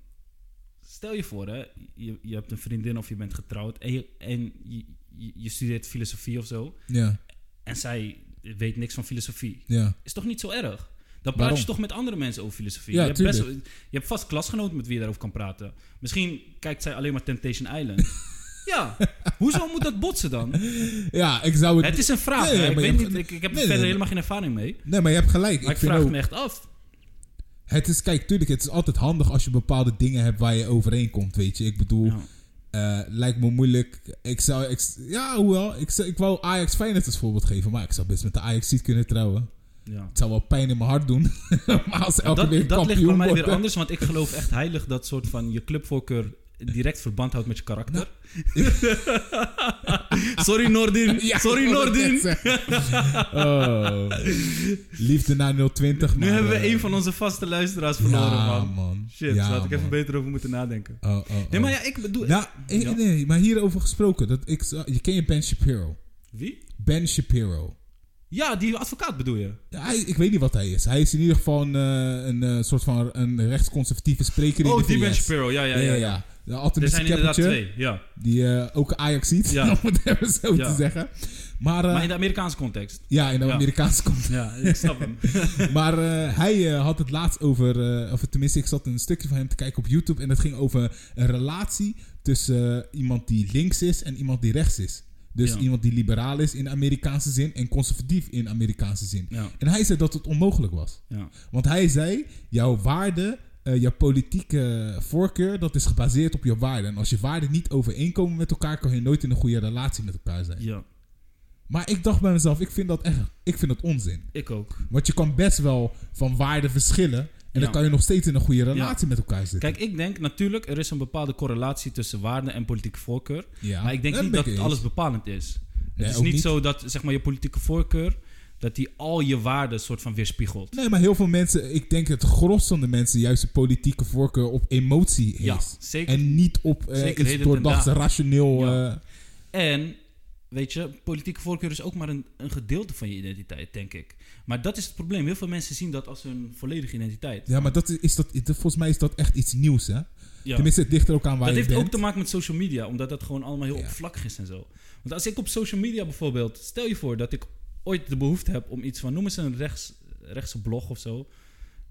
S4: stel je voor hè, je, je hebt een vriendin of je bent getrouwd en je, en je, je, je studeert filosofie of zo
S5: Ja,
S4: en zij weet niks van filosofie.
S5: ja.
S4: Is toch niet zo erg? Dan praat
S5: Waarom?
S4: je toch met andere mensen over filosofie.
S5: Ja,
S4: je, hebt best, wel- je
S5: tuurlijk.
S4: hebt vast klasgenoten met wie je daarover kan praten. Misschien kijkt zij alleen maar Temptation Island. ja, hoezo moet dat botsen dan?
S5: Ja, ik zou het...
S4: Het is een vraag.
S5: Nee,
S4: hè. ik,
S5: maar je
S4: weet
S5: hebt-
S4: niet, ik, ik heb er
S5: nee, nee,
S4: verder
S5: nee.
S4: helemaal geen ervaring mee. Maar
S5: Nee, maar je hebt gelijk.
S4: ik,
S5: ik vind
S4: vraag
S5: ook...
S4: me echt af.
S5: Het is, kijk, tuurlijk, het is altijd handig als je bepaalde dingen hebt waar je overeenkomt, weet je. Ik bedoel,
S4: Ja.
S5: eh, lijkt me moeilijk. Ik zou... Ik, ja, hoewel, ik, zou- ik wou Ajax Feyenoord als voorbeeld geven, maar ik zou best met de ajax niet kunnen trouwen.
S4: Ja.
S5: Het zou wel pijn in mijn hart doen. maar als ze elke
S4: Dat,
S5: week
S4: dat ligt bij
S5: kampioen
S4: mij
S5: worden...
S4: weer anders, want ik geloof echt heilig dat soort van je clubvoorkeur direct verband houdt met je karakter. sorry Noordin,
S5: Ja,
S4: sorry
S5: ik wou dat
S4: Noordin.
S5: net zeggen. Oh. Liefde naar 020.
S4: Nu
S5: maar,
S4: hebben we
S5: eh,
S4: een van onze vaste luisteraars verloren,
S5: ja,
S4: man.
S5: man.
S4: Shit,
S5: Ja,
S4: daar had ik even
S5: man.
S4: beter over moeten nadenken.
S5: Oh, oh, oh.
S4: Nee, maar ja, ik bedoel...
S5: Nou, eh,
S4: Ja.
S5: nee, maar hierover gesproken. Dat ik, zou- je ken je Ben Shapiro.
S4: Wie?
S5: Ben Shapiro.
S4: Ja, die advocaat bedoel je?
S5: Ja, Hij, ik weet niet wat hij is. Hij is in ieder geval een, eh, een eh, soort van een rechtsconservatieve spreker in de
S4: Oh, die
S5: VS.
S4: Ben Shapiro, ja, ja,
S5: Ja, ja, Dus
S4: ja.
S5: ja. De
S4: Er
S5: Alternatieve
S4: zijn inderdaad
S5: Capital,
S4: twee, ja.
S5: Die eh, ook Ajax ziet,
S4: Ja.
S5: om het even zo
S4: Ja.
S5: te zeggen. Maar, eh,
S4: Maar in de Amerikaanse context.
S5: ja, in de
S4: Ja.
S5: Amerikaanse context.
S4: Ja, ik snap hem.
S5: Maar eh, hij eh, had het laatst over, eh, of tenminste, ik zat een stukje van hem te kijken op YouTube. En dat ging over een relatie tussen eh, iemand die links is en iemand die rechts is. Dus
S4: Ja.
S5: iemand die liberaal is in Amerikaanse zin en conservatief in Amerikaanse zin.
S4: Ja.
S5: En hij zei dat het onmogelijk was.
S4: Ja.
S5: Want hij zei, jouw waarde, eh, jouw politieke voorkeur, dat is gebaseerd op je waarden. En als je waarden niet overeenkomen met elkaar, kan je nooit in een goede relatie met elkaar zijn.
S4: Ja,
S5: Maar ik dacht bij mezelf, ik vind dat echt, ik vind dat onzin.
S4: ik ook.
S5: Want je kan best wel van waarde verschillen.
S4: Ja.
S5: En dan kan je nog steeds in een goede relatie met elkaar zitten.
S4: Kijk, ik denk natuurlijk, er is een bepaalde correlatie tussen waarde en politieke voorkeur.
S5: Ja,
S4: maar ik denk
S5: daar
S4: niet
S5: ben
S4: dat
S5: ik
S4: het
S5: eens.
S4: alles bepalend is.
S5: Nee,
S4: het is
S5: ook
S4: niet
S5: niet.
S4: zo dat zeg maar, je politieke voorkeur, dat die al je waarden soort van weerspiegelt.
S5: Nee, maar heel veel mensen, ik denk het gros van de mensen juist de politieke voorkeur op emotie
S4: Ja,
S5: heeft.
S4: zeker.
S5: En niet op eh,
S4: Zeker,
S5: iets
S4: heden ten
S5: doordacht,
S4: dagen.
S5: rationeel.
S4: Ja.
S5: eh,
S4: En, weet je, politieke voorkeur is ook maar een, een gedeelte van je identiteit, denk ik. Maar dat is het probleem. Heel veel mensen zien dat als hun volledige identiteit.
S5: ja, maar dat is, is dat, is- volgens mij is dat echt iets nieuws, hè?
S4: Ja.
S5: Tenminste, het ligt er ook aan waar
S4: Dat
S5: je
S4: heeft
S5: bent.
S4: ook te maken met social media, omdat dat gewoon allemaal heel
S5: Ja.
S4: oppervlakkig is en zo. Want als ik op social media bijvoorbeeld, stel je voor dat ik ooit de behoefte heb om iets van, noem eens een rechts, rechtse blog of zo.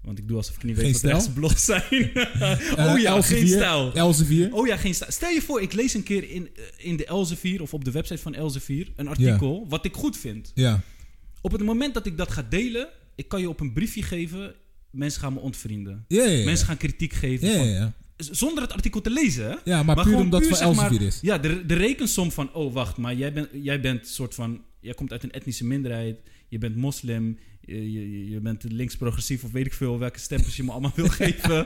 S4: Want ik doe alsof ik niet weet
S5: Geen
S4: wat
S5: stijl?
S4: rechtse blogs zijn.
S5: Eh,
S4: oh ja, geen
S5: Elsevier-
S4: stijl.
S5: Elsevier.
S4: Oh ja, geen stijl. Stel je voor, ik lees een keer in, eh, in de Elsevier of op de website van Elsevier een artikel wat ik goed vind.
S5: Ja.
S4: Op het moment dat ik dat ga delen, ik kan je op een briefje geven, mensen gaan me ontvrienden.
S5: Ja, ja, ja.
S4: Mensen gaan kritiek geven.
S5: ja, ja,
S4: van,
S5: ja.
S4: z- zonder het artikel te lezen. hè?
S5: Ja, maar puur
S4: gewoon
S5: omdat het van
S4: zeg maar,
S5: Elsevier is.
S4: Ja, de, de rekensom van, oh wacht, maar jij bent, jij bent soort van, jij komt uit een etnische minderheid, je bent moslim, je, je, je bent links-progressief of weet ik veel welke stempels je me allemaal wil geven.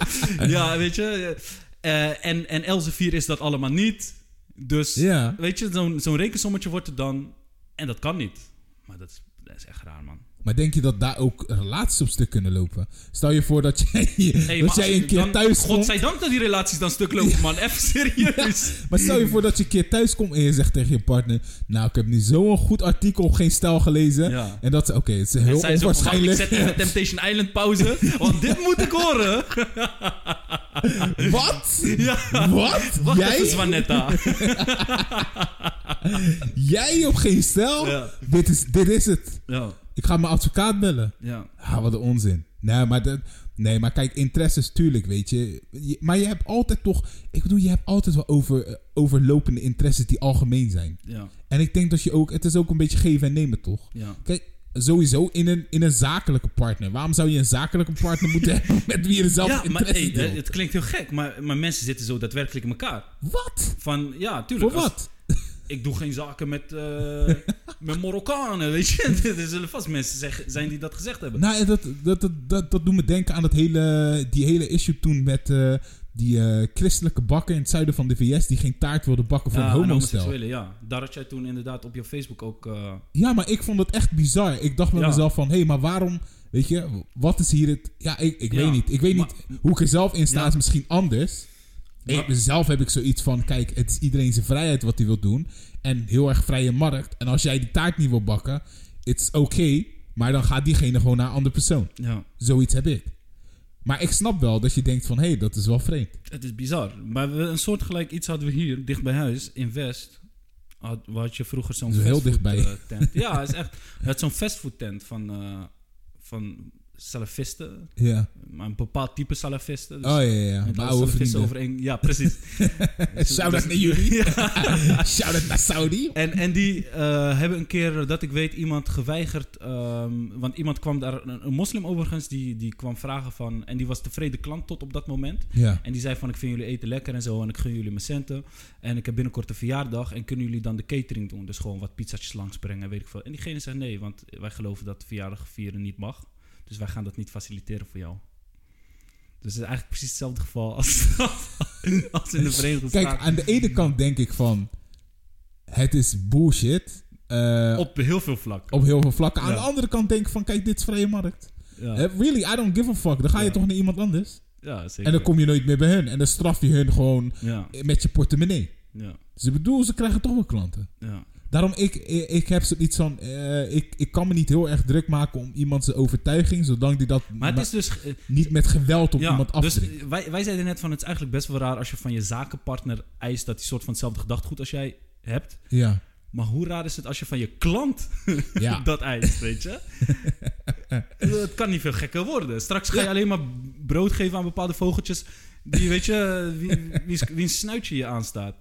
S4: Ja, weet je. eh, en, en Elsevier is dat allemaal niet. Dus,
S5: Ja.
S4: weet je, zo'n zo'n rekensommetje wordt er dan, en dat kan niet. Maar dat is, dat is echt raar, man.
S5: Maar denk je dat daar ook relaties op stuk kunnen lopen? Stel je voor dat jij, dat jij een keer thuis komt...
S4: Godzijdank dat die relaties dan stuk lopen, man. Even serieus.
S5: Maar stel je voor dat je een keer thuis komt en je zegt tegen je partner... Nou, ik heb nu zo'n goed artikel op geen stijl gelezen.
S4: Ja.
S5: En dat ze... Oké, het is heel
S4: En zij zo van, wacht, ik
S5: onwaarschijnlijk.
S4: zet even Temptation Island pauze, want dit moet ik horen.
S5: Wat?
S4: Ja.
S5: Wat?
S4: Wacht
S5: jij?
S4: even, Zwanetta.
S5: Jij op geen stijl?
S4: Ja.
S5: Dit, is, dit is het.
S4: ja,
S5: Ik ga mijn advocaat bellen.
S4: ja.
S5: Ah, wat een onzin. Nee maar, dat, nee, maar kijk, interesses, tuurlijk, weet je. Je- Maar je hebt altijd toch... Ik bedoel, je hebt altijd wel over, eh, overlopende interesses die algemeen zijn.
S4: Ja,
S5: En ik denk dat je ook... Het is ook een beetje geven en nemen, toch?
S4: ja.
S5: Kijk, sowieso in een, in een zakelijke partner. Waarom zou je een zakelijke partner moeten hebben met wie je dezelfde
S4: ja maar
S5: interesse
S4: hey,
S5: deelt?
S4: het klinkt heel gek, maar, maar mensen zitten zo daadwerkelijk in elkaar.
S5: Wat?
S4: Van, ja,
S5: Voor
S4: tuurlijk. als-
S5: wat?
S4: ik doe geen zaken met, eh, met Marokkanen, weet je. er zullen vast mensen zeggen, zijn die dat gezegd hebben.
S5: Nou, dat, dat, dat, dat, dat doet me denken aan dat hele, die hele issue toen met eh, die eh, christelijke bakker in het zuiden van de VS die geen taart wilde bakken voor
S4: Ja,
S5: een
S4: Ah, en
S5: homostel.
S4: homoseksuelen, ja. Daar had jij toen inderdaad op je Facebook ook... eh,
S5: Ja, maar ik vond dat echt bizar. Ik dacht bij
S4: Ja.
S5: mezelf van, hé, hey, maar waarom, weet je, wat is hier het... Ja, ik, ik
S4: Ja,
S5: weet niet. Ik weet
S4: maar-
S5: niet, hoe ik er zelf in sta
S4: Ja.
S5: is misschien anders.
S4: Ja.
S5: Ik, zelf heb ik zoiets van, kijk, het is iedereen zijn vrijheid wat hij wil doen. En heel erg vrije markt. En als jij die taart niet wil bakken, it's okay. Maar dan gaat diegene gewoon naar een andere persoon.
S4: ja,
S5: Zoiets heb ik. Maar ik snap wel dat je denkt van... hé, hey, dat is wel vreemd.
S4: het is bizar. Maar we, een soortgelijk iets hadden we hier, dicht bij huis, in West. Had, had je vroeger zo'n
S5: Dat is heel
S4: fastfood, eh,
S5: dichtbij.
S4: tent. Ja, is echt. Je had zo'n fastfood tent van, eh, van salafisten.
S5: Ja.
S4: Maar een bepaald type salafisten. Dus
S5: Oh ja, ja, ja.
S4: met
S5: Mijn
S4: alle
S5: oude
S4: salafisten
S5: vrienden.
S4: overeen- Ja, precies. Dus-
S5: Shout-out naar jullie. Shout-out naar Saudi.
S4: En, en die eh, hebben een keer, eh, dat ik weet, iemand geweigerd. ehm, want iemand kwam daar, een, een moslim overigens, die, die kwam vragen van. En die was tevreden klant tot op dat moment.
S5: Ja.
S4: En die zei van, ik vind jullie eten lekker en zo. En ik gun jullie mijn centen. En ik heb binnenkort een verjaardag. En kunnen jullie dan de catering doen? Dus gewoon wat pizzatjes langsbrengen en weet ik veel. En diegene zei nee, want wij geloven dat verjaardag vieren niet mag. Dus wij gaan dat niet faciliteren voor jou. Dus het is eigenlijk precies hetzelfde geval als, als in de Verenigde
S5: Dus Kijk,
S4: Staten.
S5: aan de ene kant denk ik van... het is bullshit. eh, op,
S4: Op heel veel vlak.
S5: heel veel vlakken. Aan
S4: Ja.
S5: de andere kant denk ik van... kijk, dit is vrije markt.
S4: Ja,
S5: Eh, Really, I don't give a fuck. Dan ga je
S4: Ja.
S5: toch naar iemand anders.
S4: ja zeker.
S5: En dan kom je nooit meer bij hun. En dan straf je hun gewoon
S4: Ja,
S5: met je portemonnee.
S4: ja,
S5: Dus ik bedoel, ze krijgen toch wel klanten.
S4: ja.
S5: Daarom, ik, ik, ik heb zoiets van... eh, ik, ik kan me niet heel erg druk maken om iemand zijn overtuiging... zolang die dat
S4: Maar het
S5: ma-
S4: is dus... eh,
S5: niet met geweld op
S4: ja,
S5: iemand
S4: dus
S5: afdringt.
S4: wij, wij zeiden net van het is eigenlijk best wel raar als je van je zakenpartner eist dat die soort van hetzelfde gedachtegoed als jij hebt.
S5: ja.
S4: Maar hoe raar is het als je van je klant
S5: Ja.
S4: dat eist, weet je? Eh, Het kan niet veel gekker worden. Straks ga je alleen maar brood geven aan bepaalde vogeltjes... die, weet je, wie, wie, wie een snuitje je aanstaat.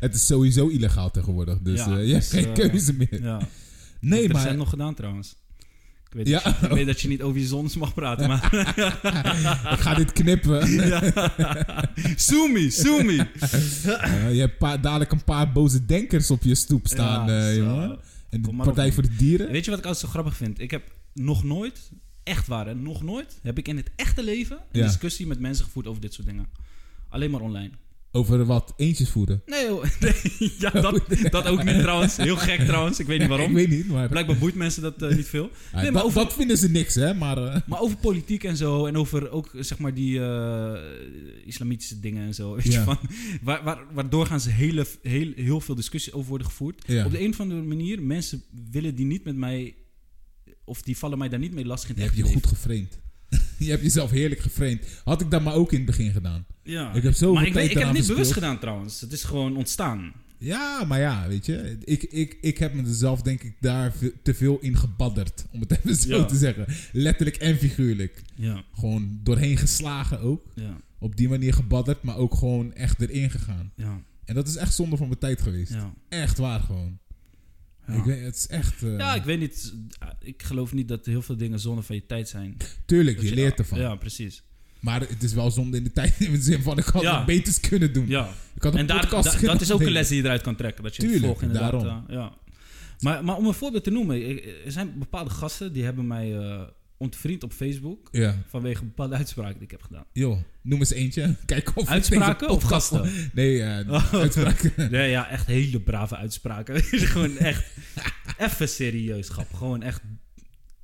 S5: Het is sowieso illegaal tegenwoordig. Dus
S4: Ja,
S5: eh, je hebt
S4: dus, eh,
S5: geen keuze meer.
S4: Ja. Ik
S5: nee,
S4: heb het
S5: maar...
S4: recent nog gedaan trouwens. Ik weet,
S5: Ja.
S4: dat je, ik weet dat je niet over je zons mag praten, maar...
S5: Ik ga dit knippen.
S4: Sumi, Sumi!
S5: Eh, je hebt pa- dadelijk een paar boze denkers op je stoep staan,
S4: Ja,
S5: eh,
S4: zo.
S5: jongen. En de
S4: Kom maar
S5: Partij
S4: op,
S5: voor de Dieren.
S4: Weet je wat ik altijd zo grappig vind? Ik heb nog nooit, echt waar, hè, nog nooit... heb ik in het echte leven een
S5: Ja.
S4: discussie met mensen gevoerd over dit soort dingen. Alleen maar online.
S5: Over wat eentjes voeden.
S4: Nee, joh. nee ja, dat, dat ook niet trouwens. Heel gek trouwens, ik weet niet
S5: Ik
S4: waarom.
S5: weet niet, maar...
S4: Blijkbaar boeit mensen dat eh, niet veel.
S5: Ah,
S4: Nee,
S5: dat,
S4: maar over,
S5: dat vinden ze niks, hè. Maar eh,
S4: maar over politiek en zo. En over ook zeg maar die eh, islamitische dingen en zo. Weet je,
S5: Ja.
S4: van, waar, waar, waardoor gaan ze hele, heel, heel veel discussie over worden gevoerd.
S5: Ja.
S4: Op de een of andere manier, mensen willen die niet met mij. Of die vallen mij daar niet mee lastig in.
S5: je
S4: het
S5: hebt je
S4: echte
S5: goed geframed. je hebt jezelf heerlijk geframed. Had ik dat maar ook in het begin gedaan.
S4: leven. Ja.
S5: Ik heb zoveel
S4: maar ik, weet-
S5: tijd
S4: ik heb
S5: eraan
S4: het niet bewust
S5: verspild.
S4: gedaan trouwens. Het is gewoon ontstaan.
S5: Ja, maar ja, weet je. Ik, ik, ik heb me er zelf denk ik daar ve- te veel in gebadderd. Om het even zo
S4: Ja.
S5: te zeggen. Letterlijk en figuurlijk.
S4: Ja,
S5: Gewoon doorheen geslagen ook.
S4: ja,
S5: Op die manier gebadderd, maar ook gewoon echt erin gegaan.
S4: ja.
S5: En dat is echt zonde van mijn tijd geweest.
S4: ja.
S5: Echt waar gewoon.
S4: Ja.
S5: Ik weet, het is echt... eh,
S4: Ja, ik weet niet. Ik geloof niet dat heel veel dingen zonde van je tijd zijn.
S5: tuurlijk,
S4: Dat
S5: je leert ervan.
S4: Dus Ja, precies.
S5: Maar het is wel zonde in de tijd. In de zin van, ik had
S4: Ja.
S5: het beters kunnen doen.
S4: Ja.
S5: Ik had een
S4: En daar,
S5: podcast
S4: da-
S5: kunnen
S4: dat is ook een
S5: opnemen.
S4: les die je eruit kan trekken. Dat je
S5: Tuurlijk,
S4: het volgt inderdaad.
S5: daarom.
S4: eh, ja. maar, maar om een voorbeeld te noemen. ik- Er zijn bepaalde gasten die hebben mij eh, ontvriend op Facebook.
S5: Ja.
S4: Vanwege bepaalde uitspraken die ik heb gedaan.
S5: Joh, noem eens eentje. Kijk of
S4: Uitspraken
S5: deze
S4: of
S5: podcast-
S4: gasten? Oh.
S5: Nee, eh, uitspraken.
S4: Ja, ja, echt hele brave uitspraken. Weet je, Gewoon echt even serieus, grap. Gewoon echt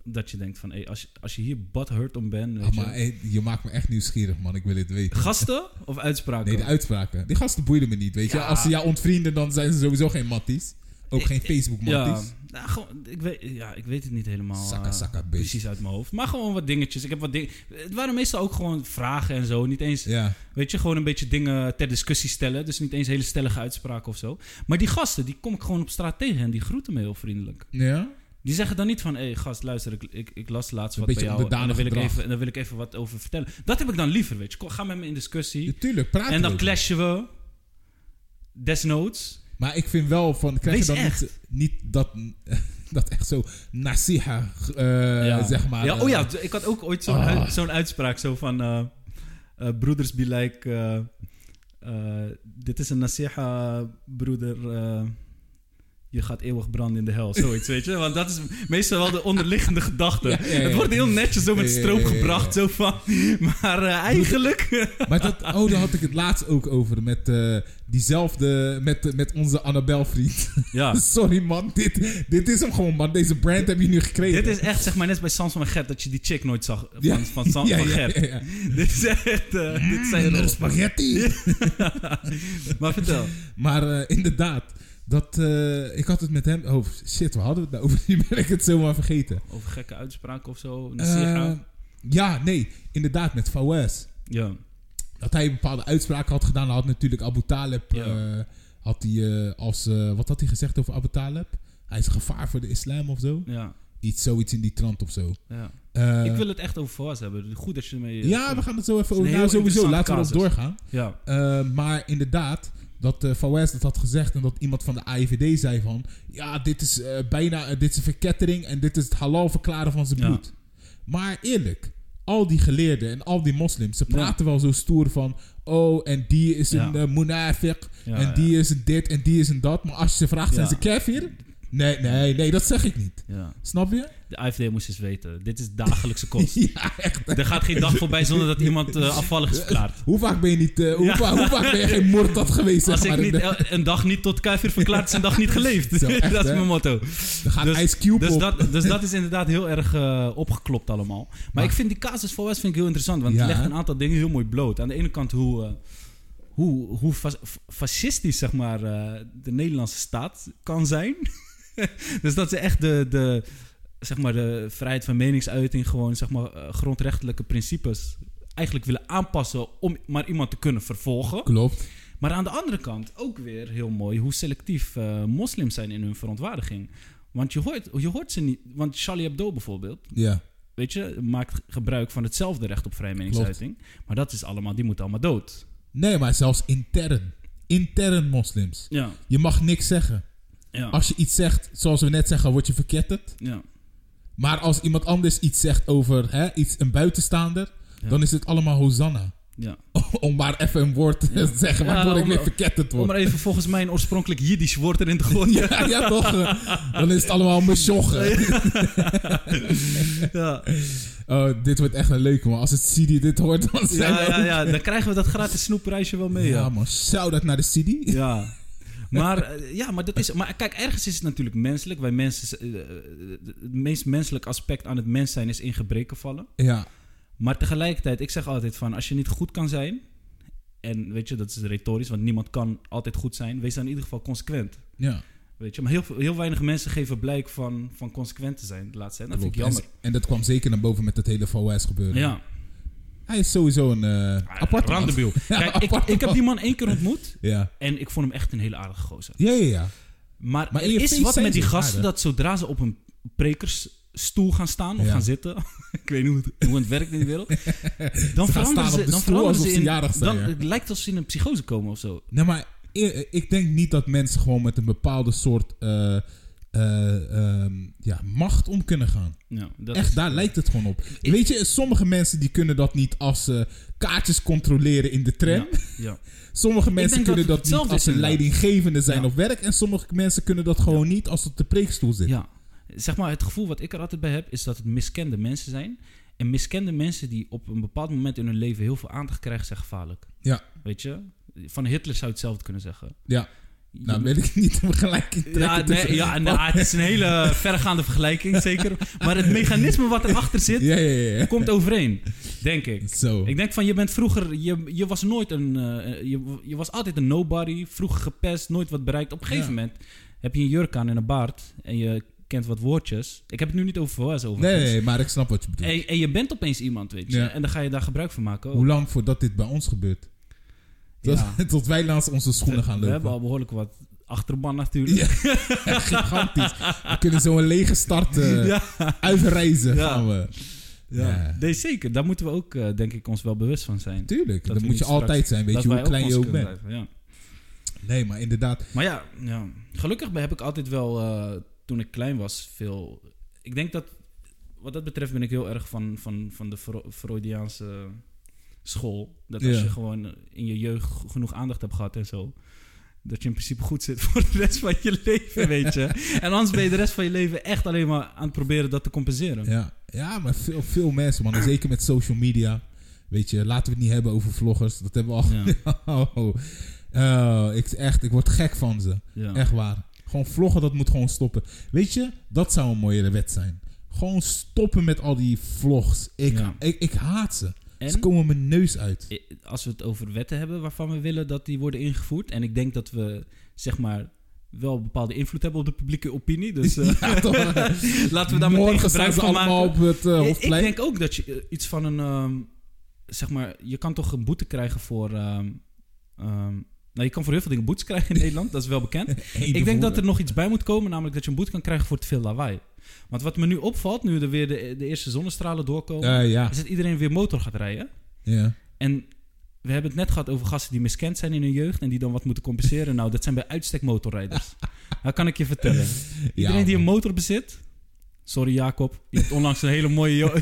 S4: dat je denkt van... hé, als, je, als je hier butthurt om bent... weet
S5: Ah,
S4: je.
S5: maar hey, je maakt me echt nieuwsgierig, man. Ik wil dit weten.
S4: Gasten of uitspraken?
S5: Nee, de uitspraken. Die gasten boeiden me niet, weet je.
S4: Ja. Eh,
S5: Als ze jou ontvrienden, dan zijn ze sowieso geen matties. Ook geen Facebook, man.
S4: Ja, nou, gewoon, ik weet, ja, ik weet het niet helemaal
S5: Sakka,
S4: eh,
S5: sakka, bitch.
S4: precies uit mijn hoofd. Maar gewoon wat dingetjes. Ik heb wat ding het waren meestal ook gewoon vragen en zo. Niet eens,
S5: Ja.
S4: weet je, gewoon een beetje dingen ter discussie stellen. Dus niet eens hele stellige uitspraken of zo. Maar die gasten, die kom ik gewoon op straat tegen en die groeten me heel vriendelijk.
S5: Ja?
S4: Die zeggen dan niet van, hé hey, gast, luister, ik, ik, ik las laatst
S5: Een
S4: wat bij
S5: beetje
S4: jou. En daar
S5: onderdanig
S4: wil, ik
S5: gedrag.
S4: even, en daar wil ik even wat over vertellen. Dat heb ik dan liever, weet je. Kom, Ga met me in discussie.
S5: Natuurlijk, praat
S4: en dan
S5: erover.
S4: clashen we. Desnoods.
S5: Maar ik vind wel van, krijg je
S4: Wees
S5: dan niet, niet dat, dat echt zo nasiha, eh, zeg maar.
S4: Ja,
S5: eh,
S4: oh ja, d- ik had ook ooit zo'n
S5: Ah.
S4: ui- zo'n uitspraak zo van... eh, eh, broeders be like... eh, eh, dit is een nasiha, broeder... eh, je gaat eeuwig branden in de hel, zoiets, weet je? Want dat is meestal wel de onderliggende gedachte.
S5: Ja, ja, ja.
S4: Het wordt heel netjes zo met
S5: Ja, ja,
S4: stroop
S5: ja, ja, ja.
S4: gebracht, zo van... Maar eh, eigenlijk...
S5: Maar dat, oh, daar had ik het laatst ook over met eh, diezelfde, met, met onze Annabel-vriend.
S4: ja,
S5: Sorry man, dit, dit is hem gewoon man. Deze brand heb je nu gekregen.
S4: dit is echt zeg maar net als bij Sans van Gert... dat je die chick nooit zag van,
S5: Ja.
S4: van Sans
S5: Ja,
S4: van
S5: ja,
S4: Gert.
S5: ja, ja.
S4: Dit is echt... eh, dit zijn
S5: Minder
S4: rol.
S5: spaghetti.
S4: Maar vertel.
S5: Maar eh, inderdaad, dat, eh, ik had het met hem... Oh shit, we hadden het daarover. Nu ben ik het zomaar vergeten.
S4: Over gekke uitspraken of zo. Nasiha.
S5: Eh, ja, nee, inderdaad, met Fawaz.
S4: ja.
S5: dat hij bepaalde uitspraken had gedaan. had natuurlijk Abu Talib.
S4: Ja.
S5: eh, had hij eh, als. eh, wat had hij gezegd over Abu Talib? Hij is een gevaar voor de islam of zo.
S4: Ja.
S5: Iets, zoiets in die trant of zo.
S4: ja.
S5: Eh,
S4: ik wil het echt over Fawaz hebben. Goed dat je ermee... eh,
S5: ja, we gaan het zo even
S4: een
S5: over. Nou,
S4: heel
S5: sowieso,
S4: interessante
S5: laten we
S4: casus.
S5: erop doorgaan.
S4: ja.
S5: Eh, maar inderdaad, dat eh Fawaz dat had gezegd. en dat iemand van de AIVD zei van. Ja, dit is eh, bijna. eh, dit is een verkettering. en dit is het halal verklaren van zijn
S4: Ja.
S5: bloed. Maar eerlijk, al die geleerden en al die moslims, ze praten wel zo stoer van. Oh, en die is
S4: Ja.
S5: een eh, munafiq.
S4: Ja,
S5: en die is een dit en die is een dat. Maar als je ze vraagt, zijn
S4: Ja.
S5: ze kafir? Nee, nee, nee, dat zeg ik niet.
S4: ja.
S5: Snap je?
S4: De AFD moest eens weten. Dit is dagelijkse kost.
S5: Ja, echt.
S4: er gaat geen dag voorbij zonder dat iemand eh, afvallig is verklaard.
S5: Hoe vaak ben je niet... eh, hoe,
S4: Ja.
S5: va- hoe vaak ben je geen moordad geweest? Zeg
S4: Als ik
S5: maar, in
S4: niet
S5: de-
S4: el- een dag niet tot kuifir verklaard, is een dag niet geleefd.
S5: Zo, echt,
S4: dat is
S5: hè?
S4: mijn motto.
S5: Dan gaat Ice Cube
S4: dus
S5: op.
S4: dat, dus dat is inderdaad heel erg eh, opgeklopt allemaal. Maar, ik vind die casus voor West vind ik heel interessant. Want
S5: Ja,
S4: het legt
S5: hè?
S4: een aantal dingen heel mooi bloot. Aan de ene kant hoe, eh, hoe, hoe fas- f- fascistisch zeg maar, eh, de Nederlandse staat kan zijn. dus dat ze echt de, de, zeg maar, de vrijheid van meningsuiting... gewoon zeg maar, eh, grondrechtelijke principes eigenlijk willen aanpassen... om maar iemand te kunnen vervolgen.
S5: Klopt.
S4: Maar aan de andere kant ook weer heel mooi hoe selectief eh, moslims zijn in hun verontwaardiging. Want je hoort, je hoort ze niet. Want Charlie Hebdo bijvoorbeeld,
S5: Ja.
S4: weet je, maakt gebruik van hetzelfde recht op vrije meningsuiting. Maar dat is allemaal, die moet allemaal dood.
S5: Nee, maar zelfs intern. Intern moslims.
S4: Ja,
S5: Je mag niks zeggen.
S4: ja,
S5: Als je iets zegt, zoals we net zeggen, word je verketterd.
S4: ja.
S5: Maar als iemand anders iets zegt over hè, iets, een buitenstaander, dan is het allemaal Hosanna.
S4: ja.
S5: Om maar even een woord te zeggen waardoor
S4: Ja,
S5: ik
S4: om-
S5: weer verketterd
S4: Om maar
S5: word.
S4: even volgens mij een oorspronkelijk Jiddisch woord erin te gooien. Ja.
S5: Ja, ja, toch? Dan is het allemaal mesjoggen.
S4: Ja.
S5: Oh, dit wordt echt een leuke, man. Als het Sidi dit hoort, dan zijn
S4: Ja,
S5: we...
S4: ja, dan krijgen we dat gratis snoepreisje wel mee.
S5: Ja,
S4: ja.
S5: man. Shout-out naar de Sidi.
S4: Ja. Maar, eh, ja, maar, dat is, maar kijk, ergens is het natuurlijk menselijk. Wij mensen, eh, het meest menselijk aspect aan het mens zijn is in gebreken vallen.
S5: Ja.
S4: Maar tegelijkertijd, ik zeg altijd van, als je niet goed kan zijn... En weet je, dat is retorisch, want niemand kan altijd goed zijn. Wees dan in ieder geval consequent.
S5: Ja.
S4: Weet je, maar heel, veel- heel weinig mensen geven blijk van, van consequent te zijn de laatste tijd. Dat vind ik
S5: En,
S4: jammer.
S5: en dat kwam zeker naar boven met dat hele VOS gebeuren.
S4: Ja,
S5: Hij is sowieso een eh aparte man.
S4: Ah, randebiel. Kijk, ik,
S5: aparte
S4: ik heb
S5: man.
S4: die man één keer ontmoet
S5: Ja.
S4: en ik vond hem echt een hele aardige gozer.
S5: Ja, ja, ja.
S4: Maar,
S5: Maar in je
S4: er is
S5: face
S4: wat
S5: zijn
S4: met die
S5: ze
S4: gasten
S5: aardig.
S4: dat zodra ze op een prekersstoel gaan staan of
S5: Ja.
S4: gaan zitten... ik weet niet hoe het, hoe het werkt in de wereld. Dan
S5: staan
S4: veranderen
S5: op
S4: ze,
S5: de
S4: dan
S5: stoel
S4: veranderen
S5: alsof
S4: ze
S5: ze
S4: in...
S5: jarig zijn,
S4: dan,
S5: ja.
S4: het lijkt alsof ze in een psychose komen of zo.
S5: Nou, maar i- ik denk niet dat mensen gewoon met een bepaalde soort eh, eh, ehm, ja, macht om kunnen gaan.
S4: Ja, dat
S5: Echt,
S4: is-
S5: daar lijkt het gewoon op. Weet je, sommige mensen die kunnen dat niet als ze kaartjes controleren in de tram.
S4: Ja, ja.
S5: Sommige mensen
S4: denk dat
S5: kunnen
S4: het
S5: dat, niet
S4: hetzelfde
S5: als
S4: is
S5: ze
S4: inderdaad.
S5: leidinggevende zijn
S4: Ja.
S5: op werk. En sommige mensen kunnen dat gewoon niet als ze op de preekstoel zitten.
S4: ja. Zeg maar, het gevoel wat ik er altijd bij heb, is dat het miskende mensen zijn. En miskende mensen die op een bepaald moment in hun leven heel veel aandacht krijgen, zijn gevaarlijk.
S5: Ja,
S4: Weet je? Van Hitler zou je hetzelfde kunnen zeggen.
S5: ja. Nou,
S4: Je-
S5: weet ik niet om gelijk in
S4: Ja, nee, ja nou, het is een hele verregaande vergelijking, zeker. Maar het mechanisme wat erachter zit,
S5: ja, ja, ja.
S4: komt overeen, denk ik.
S5: Zo.
S4: Ik denk van, je bent vroeger, je, je was nooit een, eh, je, je was altijd een nobody, vroeger gepest, nooit wat bereikt. Op een gegeven
S5: Ja.
S4: moment Heb je een jurk aan en een baard en je kent wat woordjes. Ik heb het nu niet over Voas over.
S6: Nee, nee, maar ik snap wat je bedoelt.
S4: En, en je bent opeens iemand, weet je.
S6: Ja.
S4: En dan ga je daar gebruik van maken. ook.
S6: Hoe lang voordat dit bij ons gebeurt? Tot,
S4: oh. Ja.
S6: tot wij langs onze schoenen gaan
S4: We hebben
S6: lopen.
S4: al behoorlijk wat achterban natuurlijk.
S6: Ja. Echt gigantisch. We kunnen zo een lege start eh,
S4: Ja.
S6: uitreizen
S4: Ja.
S6: gaan we. Ja.
S4: Nee, zeker. Daar moeten we ook, eh, denk ik, ons wel bewust van zijn.
S6: Tuurlijk,
S4: Dat
S6: dat moet
S4: we
S6: je
S4: niet straks-
S6: altijd zijn, weet
S4: Dat
S6: je hoe
S4: wij
S6: klein je ook
S4: consequent
S6: bent.
S4: blijven, ja.
S6: Nee, maar inderdaad.
S4: Maar ja, ja, gelukkig heb ik altijd wel, eh, toen ik klein was, veel... Ik denk dat, wat dat betreft ben ik heel erg van, van, van de Fro- Freudiaanse school. Dat als
S6: Ja.
S4: je gewoon in je jeugd g- genoeg aandacht hebt gehad en zo... Dat je in principe goed zit voor de rest van je leven, weet je. En anders ben je de rest van je leven echt alleen maar aan het proberen dat te compenseren.
S6: Ja, ja maar veel, veel mensen, man. En zeker met social media. Weet je, laten we het niet hebben over vloggers. Dat hebben we al.
S4: Ja.
S6: Oh, oh, ik, echt, ik word gek van ze.
S4: Ja.
S6: Echt waar. Gewoon vloggen, dat moet gewoon stoppen. Weet je, dat zou een mooiere wet zijn. Gewoon stoppen met al die vlogs. Ik,
S4: Ja.
S6: ik, ik haat ze.
S4: En?
S6: Ze komen mijn neus uit.
S4: I- als we het over wetten hebben waarvan we willen dat die worden ingevoerd. En ik denk dat we, zeg maar, wel een bepaalde invloed hebben op de publieke opinie. Dus eh,
S6: Ja, toch?
S4: laten we daar meteen
S6: Morgen staan
S4: gebruik
S6: ze
S4: van
S6: allemaal
S4: maken.
S6: op het eh,
S4: I- ik
S6: Hofplein.
S4: denk ook dat je eh, iets van een, ehm, zeg maar, je kan toch een boete krijgen voor... ehm, ehm, nou, je kan voor heel veel dingen boetes krijgen in Nederland, dat is wel bekend. Ik denk dat er nog iets bij moet komen, namelijk dat je een boete kan krijgen voor te veel lawaai. Want wat me nu opvalt, nu er weer de, de eerste zonnestralen doorkomen,
S6: Eh, ja.
S4: is dat iedereen weer motor gaat rijden.
S6: ja.
S4: En we hebben het net gehad over gasten die miskend zijn in hun jeugd en die dan wat moeten compenseren. Nou, dat zijn bij uitstek motorrijders. dat kan ik je vertellen. Iedereen die een
S6: man.
S4: motor bezit. Sorry Jacob, je hebt onlangs een hele mooie. jo-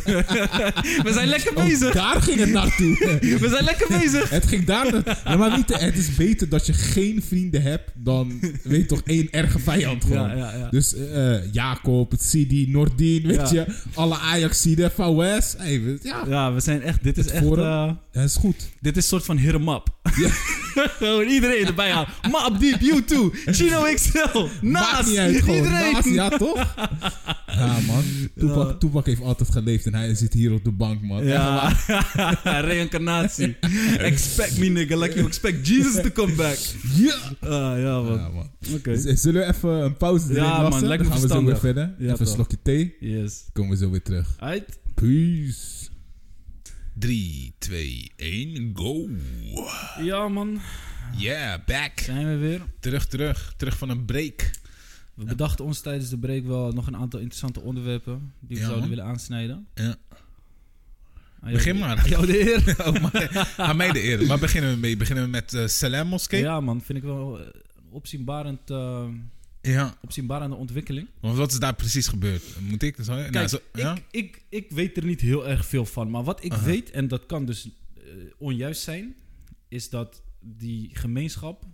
S4: we zijn lekker bezig.
S6: Oh, Daar ging het naartoe.
S4: We zijn lekker bezig.
S6: Het ging daar. Ja, maar weet je, het is beter dat je geen vrienden hebt dan, weet je toch, één erge vijand gewoon.
S4: Ja, ja, ja.
S6: Dus eh, Jacob, het Sidi, Nordin, weet
S4: Ja.
S6: je. Alle Ajaxiden, VWS. Hey, we- ja,
S4: Ja, we zijn echt. Dit is
S6: Het
S4: echt.
S6: forum?
S4: eh,
S6: dat is goed.
S4: dit is een soort van hit 'em up. Gewoon iedereen erbij halen. Map Deep, U2, Chino XL,
S6: Maakt
S4: Naast.
S6: niet uit, gewoon.
S4: Iedereen.
S6: Naast, ja, toch? Ja, man. Toepak, Toepak heeft altijd geleefd en hij zit hier op de bank, man.
S4: Ja, reïncarnatie. expect me, nigga, like you expect Jesus to come back.
S6: Ja,
S4: Ah, ja, man.
S6: Ja, man.
S4: Oké.
S6: Z- Zullen we even een pauze erin
S4: Ja, man,
S6: lassen?
S4: lijkt me
S6: Dan gaan we zo weer
S4: verstandig.
S6: verder.
S4: Ja,
S6: even een
S4: toch.
S6: slokje thee.
S4: Yes.
S6: Komen we zo weer terug.
S4: Uit.
S6: Peace.
S5: 3, 2, 1, go.
S4: Ja, man.
S5: Yeah, back.
S4: Zijn we weer.
S5: Terug, terug. Terug van een break.
S4: We bedachten ons tijdens de break wel nog een aantal interessante onderwerpen die we
S5: Ja,
S4: zouden
S5: man.
S4: willen aansnijden.
S5: Ja.
S4: Aan jou
S5: Begin
S4: de-
S5: maar.
S4: aan Jou de eer.
S5: Oh, maar, aan mij de eer. Waar beginnen we mee? Beginnen we met eh Salam Moskee?
S4: Ja, man. Vind ik wel eh, een opzienbarend, eh,
S5: Ja,
S4: opzienbarende ontwikkeling.
S5: Want wat is daar precies gebeurd? Moet ik? Zal je? nou,
S4: Kijk,
S5: zo- ja?
S4: ik, ik, ik weet er niet heel erg veel van. Maar wat ik weet, en dat kan dus eh, onjuist zijn, is dat die gemeenschap,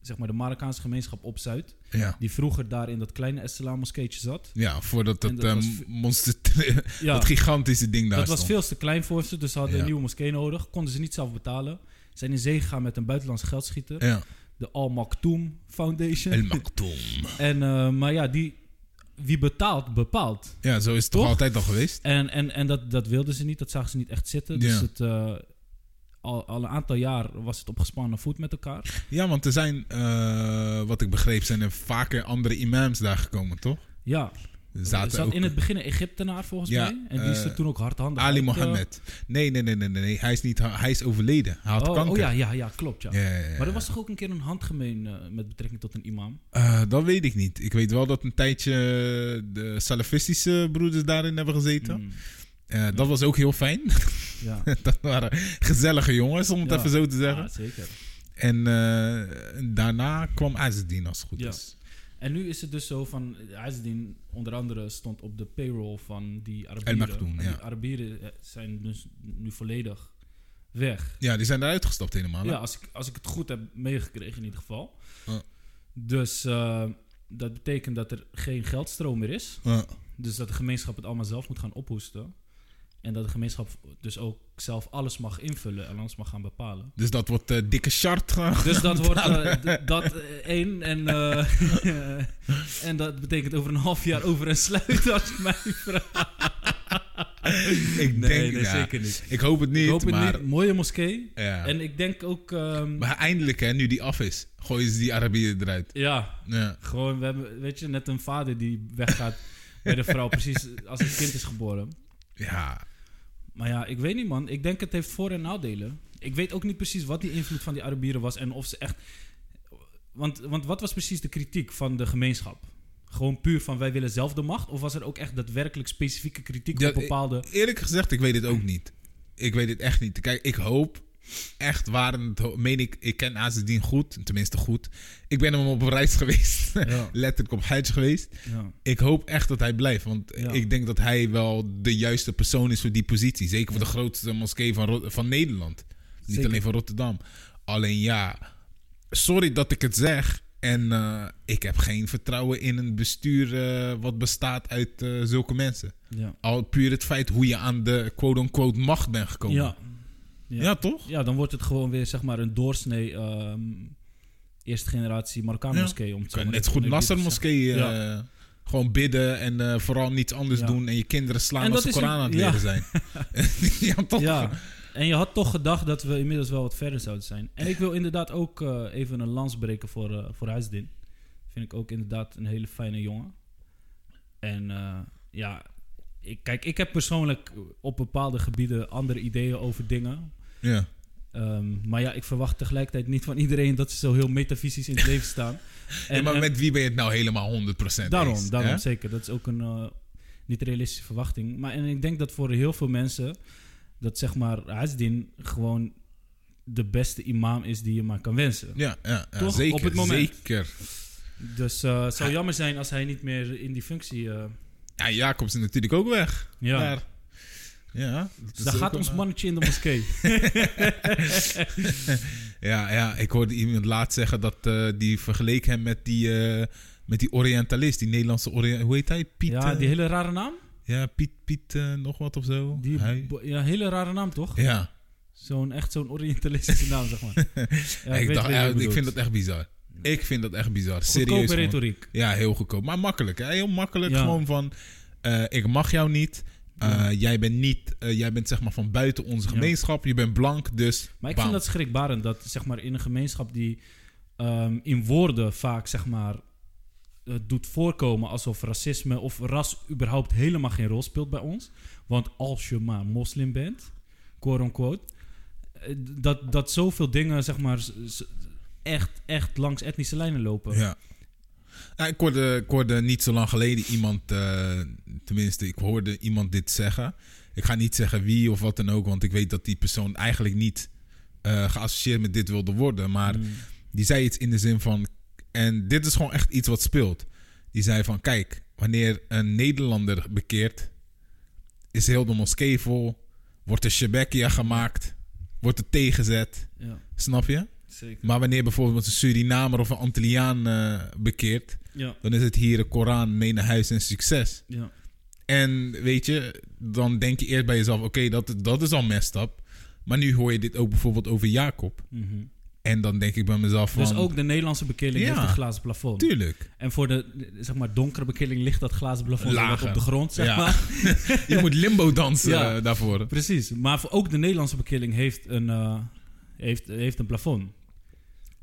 S4: zeg maar de Marokkaanse gemeenschap op Zuid,
S5: ja.
S4: die vroeger daar in dat kleine Estelaan moskeetje zat,
S5: Ja, voordat dat,
S4: En dat
S5: eh,
S4: was ve-
S5: monster...
S4: Ja.
S5: dat gigantische ding daar
S4: dat was
S5: stond.
S4: veel te klein voor ze, dus ze hadden
S5: Ja.
S4: een nieuwe moskee nodig, konden ze niet zelf betalen. Zijn in zee gegaan met een buitenlands geldschieter,
S5: Ja.
S4: de Al Maktoum Foundation.
S5: El Maktoum.
S4: En, eh, maar ja, die, wie betaalt, bepaalt.
S5: Ja, zo is het toch,
S4: Toch?
S5: altijd al geweest?
S4: En, en, en dat, dat wilden ze niet, dat zagen ze niet echt zitten. Dus
S5: Ja.
S4: het, eh, al, al een aantal jaar was het op gespannen voet met elkaar.
S5: Ja, want er zijn, eh, wat ik begreep, zijn er vaker andere imams daar gekomen, toch?
S4: Ja,
S5: Er
S4: er
S5: zaten
S4: zat
S5: ook-
S4: in het begin een Egyptenaar volgens
S5: Ja,
S4: mij. En die is er
S5: eh,
S4: toen ook hardhandig
S5: Ali
S4: uit, eh,
S5: Mohammed. Nee, nee, nee, nee, nee, nee. Hij is, niet, hij is overleden. Hij had
S4: oh,
S5: kanker.
S4: oh ja, ja, ja, klopt ja.
S5: Ja, ja, ja, ja.
S4: Maar er was toch ook een keer een handgemeen eh, met betrekking tot een imam?
S5: Eh, dat weet ik niet. Ik weet wel dat een tijdje de salafistische broeders daarin hebben gezeten.
S4: Mm.
S5: Eh, dat was ook heel fijn.
S4: Hmm, Ja,
S5: dat waren gezellige jongens, om het
S4: Ja.
S5: even zo te zeggen.
S4: ja, zeker.
S5: En eh, daarna kwam Azeddin, als het goed
S4: Ja.
S5: is.
S4: En nu is het dus zo van... Azdin onder andere stond op de payroll van die
S5: El
S4: Arabieren.
S5: Maktoum, ja.
S4: Die Arabieren eh, zijn dus nu volledig weg.
S5: Ja, die zijn eruit gestapt helemaal. hè?
S4: Ja, als ik, als ik het goed heb meegekregen in ieder geval.
S5: Ja.
S4: Dus eh, dat betekent dat er geen geldstroom meer is.
S5: Eh,
S4: Dus dat de gemeenschap het allemaal zelf moet gaan ophoesten. En dat de gemeenschap dus ook zelf alles mag invullen en alles mag gaan bepalen.
S5: dus dat wordt eh, dikke chart.
S4: Dus dat wordt
S5: Nou.
S4: eh, d- dat eh, één. En, eh, en dat betekent over een half jaar over en sluit als je mij vraagt.
S5: Ik
S4: Nee, nee,
S5: denk, ja,
S4: zeker niet.
S5: Ik hoop het niet,
S4: Ik hoop het
S5: maar,
S4: niet. Mooie moskee.
S5: Ja.
S4: En ik denk ook... ehm,
S5: maar eindelijk, hè, nu die af is, gooien ze die Arabieren eruit.
S4: ja,
S5: Ja.
S4: gewoon, we hebben, weet je, net een vader die weggaat bij de vrouw. Precies als het kind is geboren.
S5: ja.
S4: Maar ja, ik weet niet, man. Ik denk het heeft voor- en nadelen. Ik weet ook niet precies wat die invloed van die Arabieren was en of ze echt. Want, want wat was precies de kritiek van de gemeenschap? Gewoon puur van wij willen zelf de macht? Of was er ook echt daadwerkelijk specifieke kritiek
S5: Ja, e-
S4: op bepaalde.
S5: Eerlijk gezegd, ik weet het ook niet. Ik weet het echt niet. Kijk, ik hoop echt waar en het ho- meen ik. Ik ken Azedin goed, tenminste goed. Ik ben hem op reis geweest,
S4: Ja.
S5: letterlijk op Hajj geweest.
S4: Ja.
S5: Ik hoop echt dat hij blijft, want
S4: Ja.
S5: ik denk dat hij wel de juiste persoon is voor die positie. Zeker voor de grootste moskee van, Rot- van Nederland. Niet
S4: Zeker.
S5: alleen van Rotterdam. Alleen ja, sorry dat ik het zeg. En eh, ik heb geen vertrouwen in een bestuur eh, wat bestaat uit eh, zulke mensen.
S4: Ja.
S5: Al puur het feit hoe je aan de quote-unquote macht bent gekomen.
S4: Ja.
S5: Ja, toch?
S4: ja, dan wordt het gewoon weer zeg maar een doorsnee. ehm, eerste generatie Marokkaan
S5: Ja.
S4: moskee. Om het
S5: Je
S4: zo
S5: kan
S4: maar
S5: net
S4: even
S5: goed
S4: oneerbiedig
S5: Nasser
S4: te
S5: moskee eh,
S4: Ja.
S5: gewoon bidden en eh, vooral niets anders
S4: Ja.
S5: doen. En je kinderen slaan
S4: En
S5: als ze
S4: dat is
S5: Koran
S4: een-
S5: aan het
S4: ja.
S5: leren zijn. ja, toch?
S4: Ja, en je had toch gedacht dat we inmiddels wel wat verder zouden zijn. En ik wil inderdaad ook eh, even een lans breken voor, eh voor Huisdin. Vind ik ook inderdaad een hele fijne jongen. En eh, ja, ik, kijk, ik heb persoonlijk op bepaalde gebieden andere ideeën over dingen.
S5: Ja.
S4: Ehm, maar ja, ik verwacht tegelijkertijd niet van iedereen dat ze zo heel metafysisch in het leven staan. En,
S5: Ja, maar
S4: en-
S5: met wie ben je het nou helemaal 100%
S4: Daarom,
S5: eens,
S4: daarom
S5: hè?
S4: zeker. Dat is ook een eh, niet realistische verwachting. Maar en ik denk dat voor heel veel mensen dat zeg maar Azdin gewoon de beste imam is die je maar kan wensen.
S5: Ja, ja, ja
S4: Toch?
S5: zeker.
S4: Op het moment.
S5: Zeker.
S4: Dus eh, het zou jammer zijn als hij niet meer in die functie. eh,
S5: Ja, Jacobs is natuurlijk ook weg.
S4: ja.
S5: Maar, ja, dat
S4: dus
S5: is
S4: daar gaat
S5: ook
S4: ons
S5: een- eh,
S4: mannetje in de moskee.
S5: Ja, ja, ik hoorde iemand laat zeggen dat eh, die vergeleek hem met die, eh, met die Orientalist, die Nederlandse Orientalist. Hoe heet hij? Piet?
S4: ja,
S5: eh,
S4: die hele rare naam.
S5: ja, Piet, Piet eh, nog wat of zo.
S4: Die,
S5: Hij-
S4: bo- ja, hele rare naam toch?
S5: ja,
S4: Zo'n echt zo'n orientalistische naam zeg maar. Ja,
S5: ik,
S4: weet
S5: dacht,
S4: wie je
S5: ja, ik
S4: bedoelt.
S5: vind dat echt bizar. Ik vind dat echt bizar. Serieus.
S4: Goedkope
S5: man.
S4: retoriek.
S5: Ja, heel goedkoop. Maar makkelijk. Hè? Heel makkelijk.
S4: Ja.
S5: Gewoon van, eh, ik mag jou niet. Eh, Jij bent niet, eh, jij bent zeg maar van buiten onze gemeenschap. Je bent blank, dus
S4: Maar ik
S5: bam.
S4: vind dat schrikbarend dat zeg maar, in een gemeenschap die ehm, in woorden vaak zeg maar, het doet voorkomen alsof racisme of ras überhaupt helemaal geen rol speelt bij ons. Want als je maar moslim bent, quote unquote, eh, dat, dat zoveel dingen zeg maar, s- s- echt, echt langs etnische lijnen lopen.
S5: Ja. Ja, ik, hoorde, ik hoorde niet zo lang geleden iemand, eh, tenminste, ik hoorde iemand dit zeggen. Ik ga niet zeggen wie of wat dan ook, want ik weet dat die persoon eigenlijk niet eh, geassocieerd met dit wilde worden. Maar die zei iets in de zin van, en dit is gewoon echt iets wat speelt. Die zei van, kijk, wanneer een Nederlander bekeert, is heel de moskee vol, wordt er Shebekia gemaakt, wordt er tegenzet.
S4: Ja,
S5: Snap je?
S4: zeker.
S5: Maar wanneer bijvoorbeeld een Surinamer of een Antilliaan eh, bekeert,
S4: Ja,
S5: dan is het hier een Koran mee naar huis en succes.
S4: ja.
S5: En weet je, dan denk je eerst bij jezelf: oké, dat, dat is al messed up. Maar nu hoor je dit ook bijvoorbeeld over Jacob.
S4: mhm.
S5: En dan denk ik bij mezelf: van,
S4: Dus ook de Nederlandse bekeerling
S5: Ja.
S4: heeft een glazen plafond.
S5: Tuurlijk.
S4: En voor de zeg maar, donkere bekeerling ligt dat glazen plafond zo wat
S5: Lager.
S4: op de grond. Zeg
S5: Ja.
S4: maar.
S5: Je moet limbo dansen
S4: Ja.
S5: eh, daarvoor.
S4: Precies, maar voor ook de Nederlandse bekeerling heeft een, eh, heeft, heeft een plafond.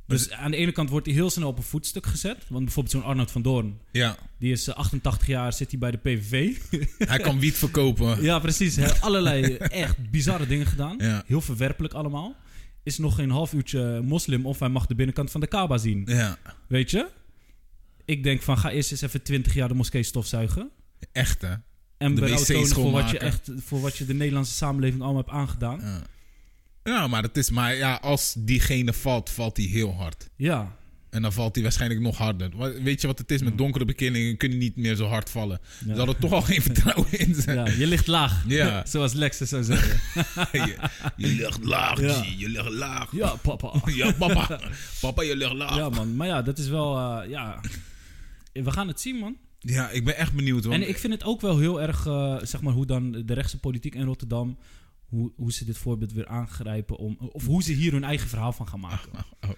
S4: Dus aan de ene kant wordt hij heel snel op een voetstuk gezet. Want bijvoorbeeld zo'n Arnoud van Doorn,
S5: Ja.
S4: die is eh, 88 jaar, zit hij bij de PVV.
S5: Hij kan wiet verkopen.
S4: ja, precies. Hij heeft allerlei eh, echt bizarre dingen gedaan.
S5: Ja.
S4: Heel verwerpelijk allemaal. Is nog geen half uurtje moslim of hij mag de binnenkant van de Kaaba zien.
S5: Ja.
S4: Weet je? Ik denk van ga eerst eens even 20 jaar de moskee stofzuigen.
S5: Echt hè?
S4: En
S5: De
S4: berouw
S5: wc's
S4: tonen voor wat, je
S5: schoonmaken.
S4: echt, voor wat je de Nederlandse samenleving allemaal hebt aangedaan.
S5: Ja. Ja, maar het is maar ja, als diegene valt, valt hij heel hard.
S4: ja.
S5: En dan valt hij waarschijnlijk nog harder. Wa- Weet je wat het is?
S4: Mm.
S5: Met donkere bekeerlingen kun je niet meer zo hard vallen. Ze hadden toch al geen vertrouwen in zijn.
S4: Ja, je ligt laag.
S5: Ja.
S4: Zoals Lexus zou zeggen.
S5: Je, je ligt laag,
S4: Ja.
S5: G, je ligt laag.
S4: Ja, papa.
S5: Ja, papa. Papa, je ligt laag.
S4: Ja,
S5: Ja,
S4: man. Maar ja, dat is wel... eh, ja. We gaan het zien, man.
S5: ik ben echt benieuwd. Want
S4: En ik vind het ook wel heel erg, eh, zeg maar, hoe dan de rechtse politiek in Rotterdam... Hoe, hoe ze dit voorbeeld weer aangrijpen om... Of hoe ze hier hun eigen verhaal van gaan maken. Eh,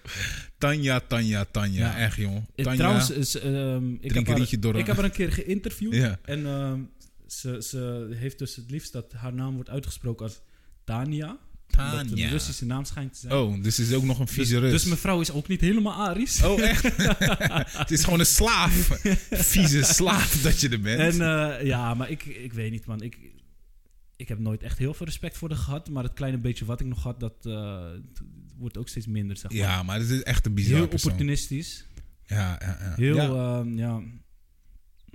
S5: Tanja, Tanja, Tanja.
S4: Ja.
S5: Echt, jong.
S4: Eh,
S5: Tanja.
S4: Trouwens, is, ehm, ik,
S5: drink
S4: heb
S5: een rietje
S4: haar,
S5: door.
S4: ik heb haar een keer geïnterviewd.
S5: Ja.
S4: En ehm, ze, ze heeft dus het liefst dat haar naam wordt uitgesproken als Tania.
S5: Tania.
S4: Dat een Russische naam schijnt te zijn.
S5: Oh, dus het is ook nog een
S4: dus,
S5: vieze Rus.
S4: dus mevrouw is ook niet helemaal Arisch.
S5: Oh, echt? het is gewoon een slaaf. Vieze slaaf dat je er bent.
S4: En eh, ja, maar ik, ik weet niet, man. Ik, ik heb nooit echt heel veel respect voor haar gehad. Maar het kleine beetje wat ik nog had, dat eh, t- wordt ook steeds minder, zeg maar.
S5: ja, maar het is echt een bizar
S4: eh, heel
S5: persoon.
S4: opportunistisch.
S5: Ja, ja, ja.
S4: Heel, eh,
S5: ja.
S4: ja, ja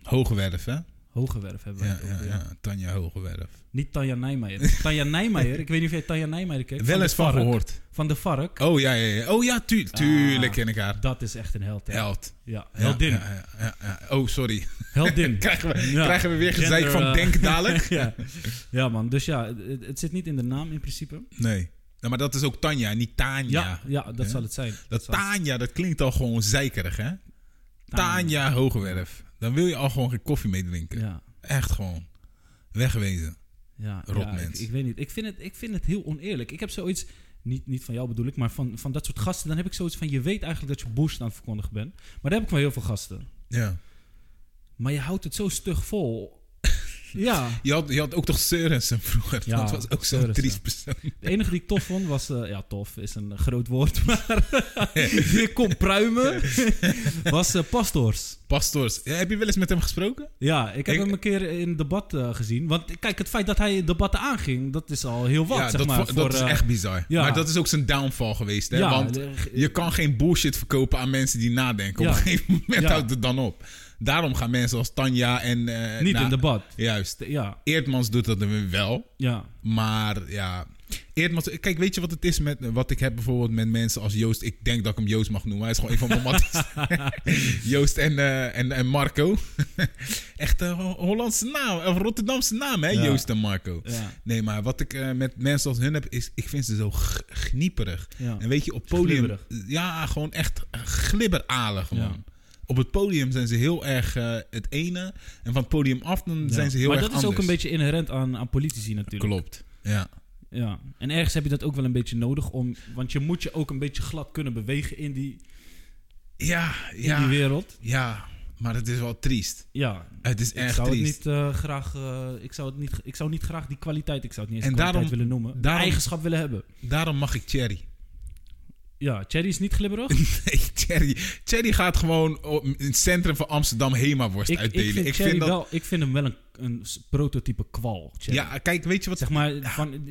S5: Hogewerf, hè? Ja,
S4: hoge werf hebben we
S5: ja,
S4: het
S5: ja,
S4: over, ja.
S5: Tanja Hogewerf.
S4: Niet Tanja Nijmeijer. Tanja Nijmeijer, ik weet niet of jij Tanja Nijmeijer kent.
S5: Wel
S4: de
S5: eens van
S4: Vark.
S5: gehoord.
S4: Van de Vark.
S5: Oh, ja, ja, ja. Oh, ja, tu- tuurlijk
S4: Ah.
S5: ken ik haar.
S4: Dat is echt een held. hè.
S5: Held.
S4: Ja,
S5: Ja,
S4: heldin.
S5: Ja, ja, ja, ja. Oh, sorry.
S4: Heldin.
S5: krijgen, we,
S4: Ja.
S5: krijgen we weer gezeik
S4: Gender,
S5: van
S4: eh,
S5: denk dadelijk?
S4: ja. ja, man. Dus ja, het, het zit niet in de naam in principe.
S5: Nee. Ja, maar dat is ook Tanja, niet Tanja.
S4: Ja, ja, dat zal het zijn.
S5: Dat
S4: zal het zijn.
S5: Tanja, dat klinkt al gewoon zeikerig, hè?
S4: Tanja.
S5: Tanja Hogewerf. Dan wil je al gewoon geen koffie mee drinken.
S4: Ja,
S5: Echt gewoon. Wegwezen.
S4: ja.
S5: Rot
S4: ja, ik,
S5: mens.
S4: ik weet niet. Ik vind, het, ik vind het heel oneerlijk. Ik heb zoiets, niet, niet van jou bedoel ik, maar van, van dat soort gasten. Dan heb ik zoiets van, je weet eigenlijk dat je bullshit aan het verkondigen bent. Maar daar heb ik wel heel veel gasten.
S5: Ja.
S4: Maar je houdt het zo stug vol. ja.
S5: Je had, je had ook toch Sørensen vroeger?
S4: Ja,
S5: dat was ook zo'n
S4: Sørensen.
S5: triest persoon.
S4: De enige die ik tof vond was... eh, ja, tof is een groot woord, maar... je kon pruimen. was eh, Pastors.
S5: Pastors. Ja, heb je wel eens met hem gesproken?
S4: Ja, ik heb
S5: Ik-
S4: hem een keer in debat eh, gezien. Want kijk, het feit dat hij debatten aanging, dat is al heel wat,
S5: ja,
S4: zeg
S5: dat,
S4: maar.
S5: vo- dat
S4: voor,
S5: is
S4: eh,
S5: echt bizar.
S4: ja.
S5: Maar dat is ook zijn downfall geweest. Hè?
S4: Ja,
S5: Want
S4: de-
S5: je kan geen bullshit verkopen aan mensen die nadenken. Op
S4: Ja.
S5: een gegeven moment
S4: Ja.
S5: houdt het dan op. Daarom gaan mensen als Tanja en... eh,
S4: Niet
S5: nou,
S4: in debat.
S5: Juist.
S4: Ja,
S5: Eerdmans doet dat dan weer wel.
S4: ja.
S5: Maar ja, Eerdmans, kijk, weet je wat het is met wat ik heb bijvoorbeeld met mensen als Joost? Ik denk dat ik hem Joost mag noemen. Hij is gewoon een van mijn matties. Joost en, eh, en, en Marco. Echt een Ho- Hollandse naam, of Rotterdamse naam, hè?
S4: Ja.
S5: Joost en Marco.
S4: Ja.
S5: Nee, maar wat ik eh, met mensen als hun heb, is ik vind ze zo g- gnieperig.
S4: Ja.
S5: En weet je, op podium,
S4: Glibberig.
S5: ja, gewoon echt eh, glibberalig, man.
S4: Ja.
S5: Op het podium zijn ze heel erg eh, het ene. En van het podium af, dan
S4: ja.
S5: zijn ze heel
S4: maar
S5: erg
S4: dat is ook
S5: anders.
S4: een beetje inherent aan, aan politici natuurlijk.
S5: Klopt, ja.
S4: Ja. En ergens heb je dat ook wel een beetje nodig, om, want je moet je ook een beetje glad kunnen bewegen in die,
S5: Ja,
S4: in
S5: ja,
S4: die wereld.
S5: ja, maar het is wel triest.
S4: Ja,
S5: Het is
S4: ik
S5: echt
S4: zou het
S5: triest.
S4: niet eh, graag, eh, ik zou het niet, ik zou niet graag die kwaliteit, ik zou het niet eens
S5: En
S4: kwaliteit
S5: daarom-
S4: willen noemen, die
S5: daarom-
S4: eigenschap willen hebben.
S5: Daarom mag ik Cherry.
S4: Ja, Cherry is niet glibberig.
S5: Nee, Cherry. Cherry gaat gewoon op- in het centrum van Amsterdam Hema-worst
S4: ik, ik
S5: uitdelen.
S4: vind Cherry wel, ik vind hem wel een, een s- prototype kwal. Cherry.
S5: Ja, kijk, weet je wat?
S4: Zeg maar van,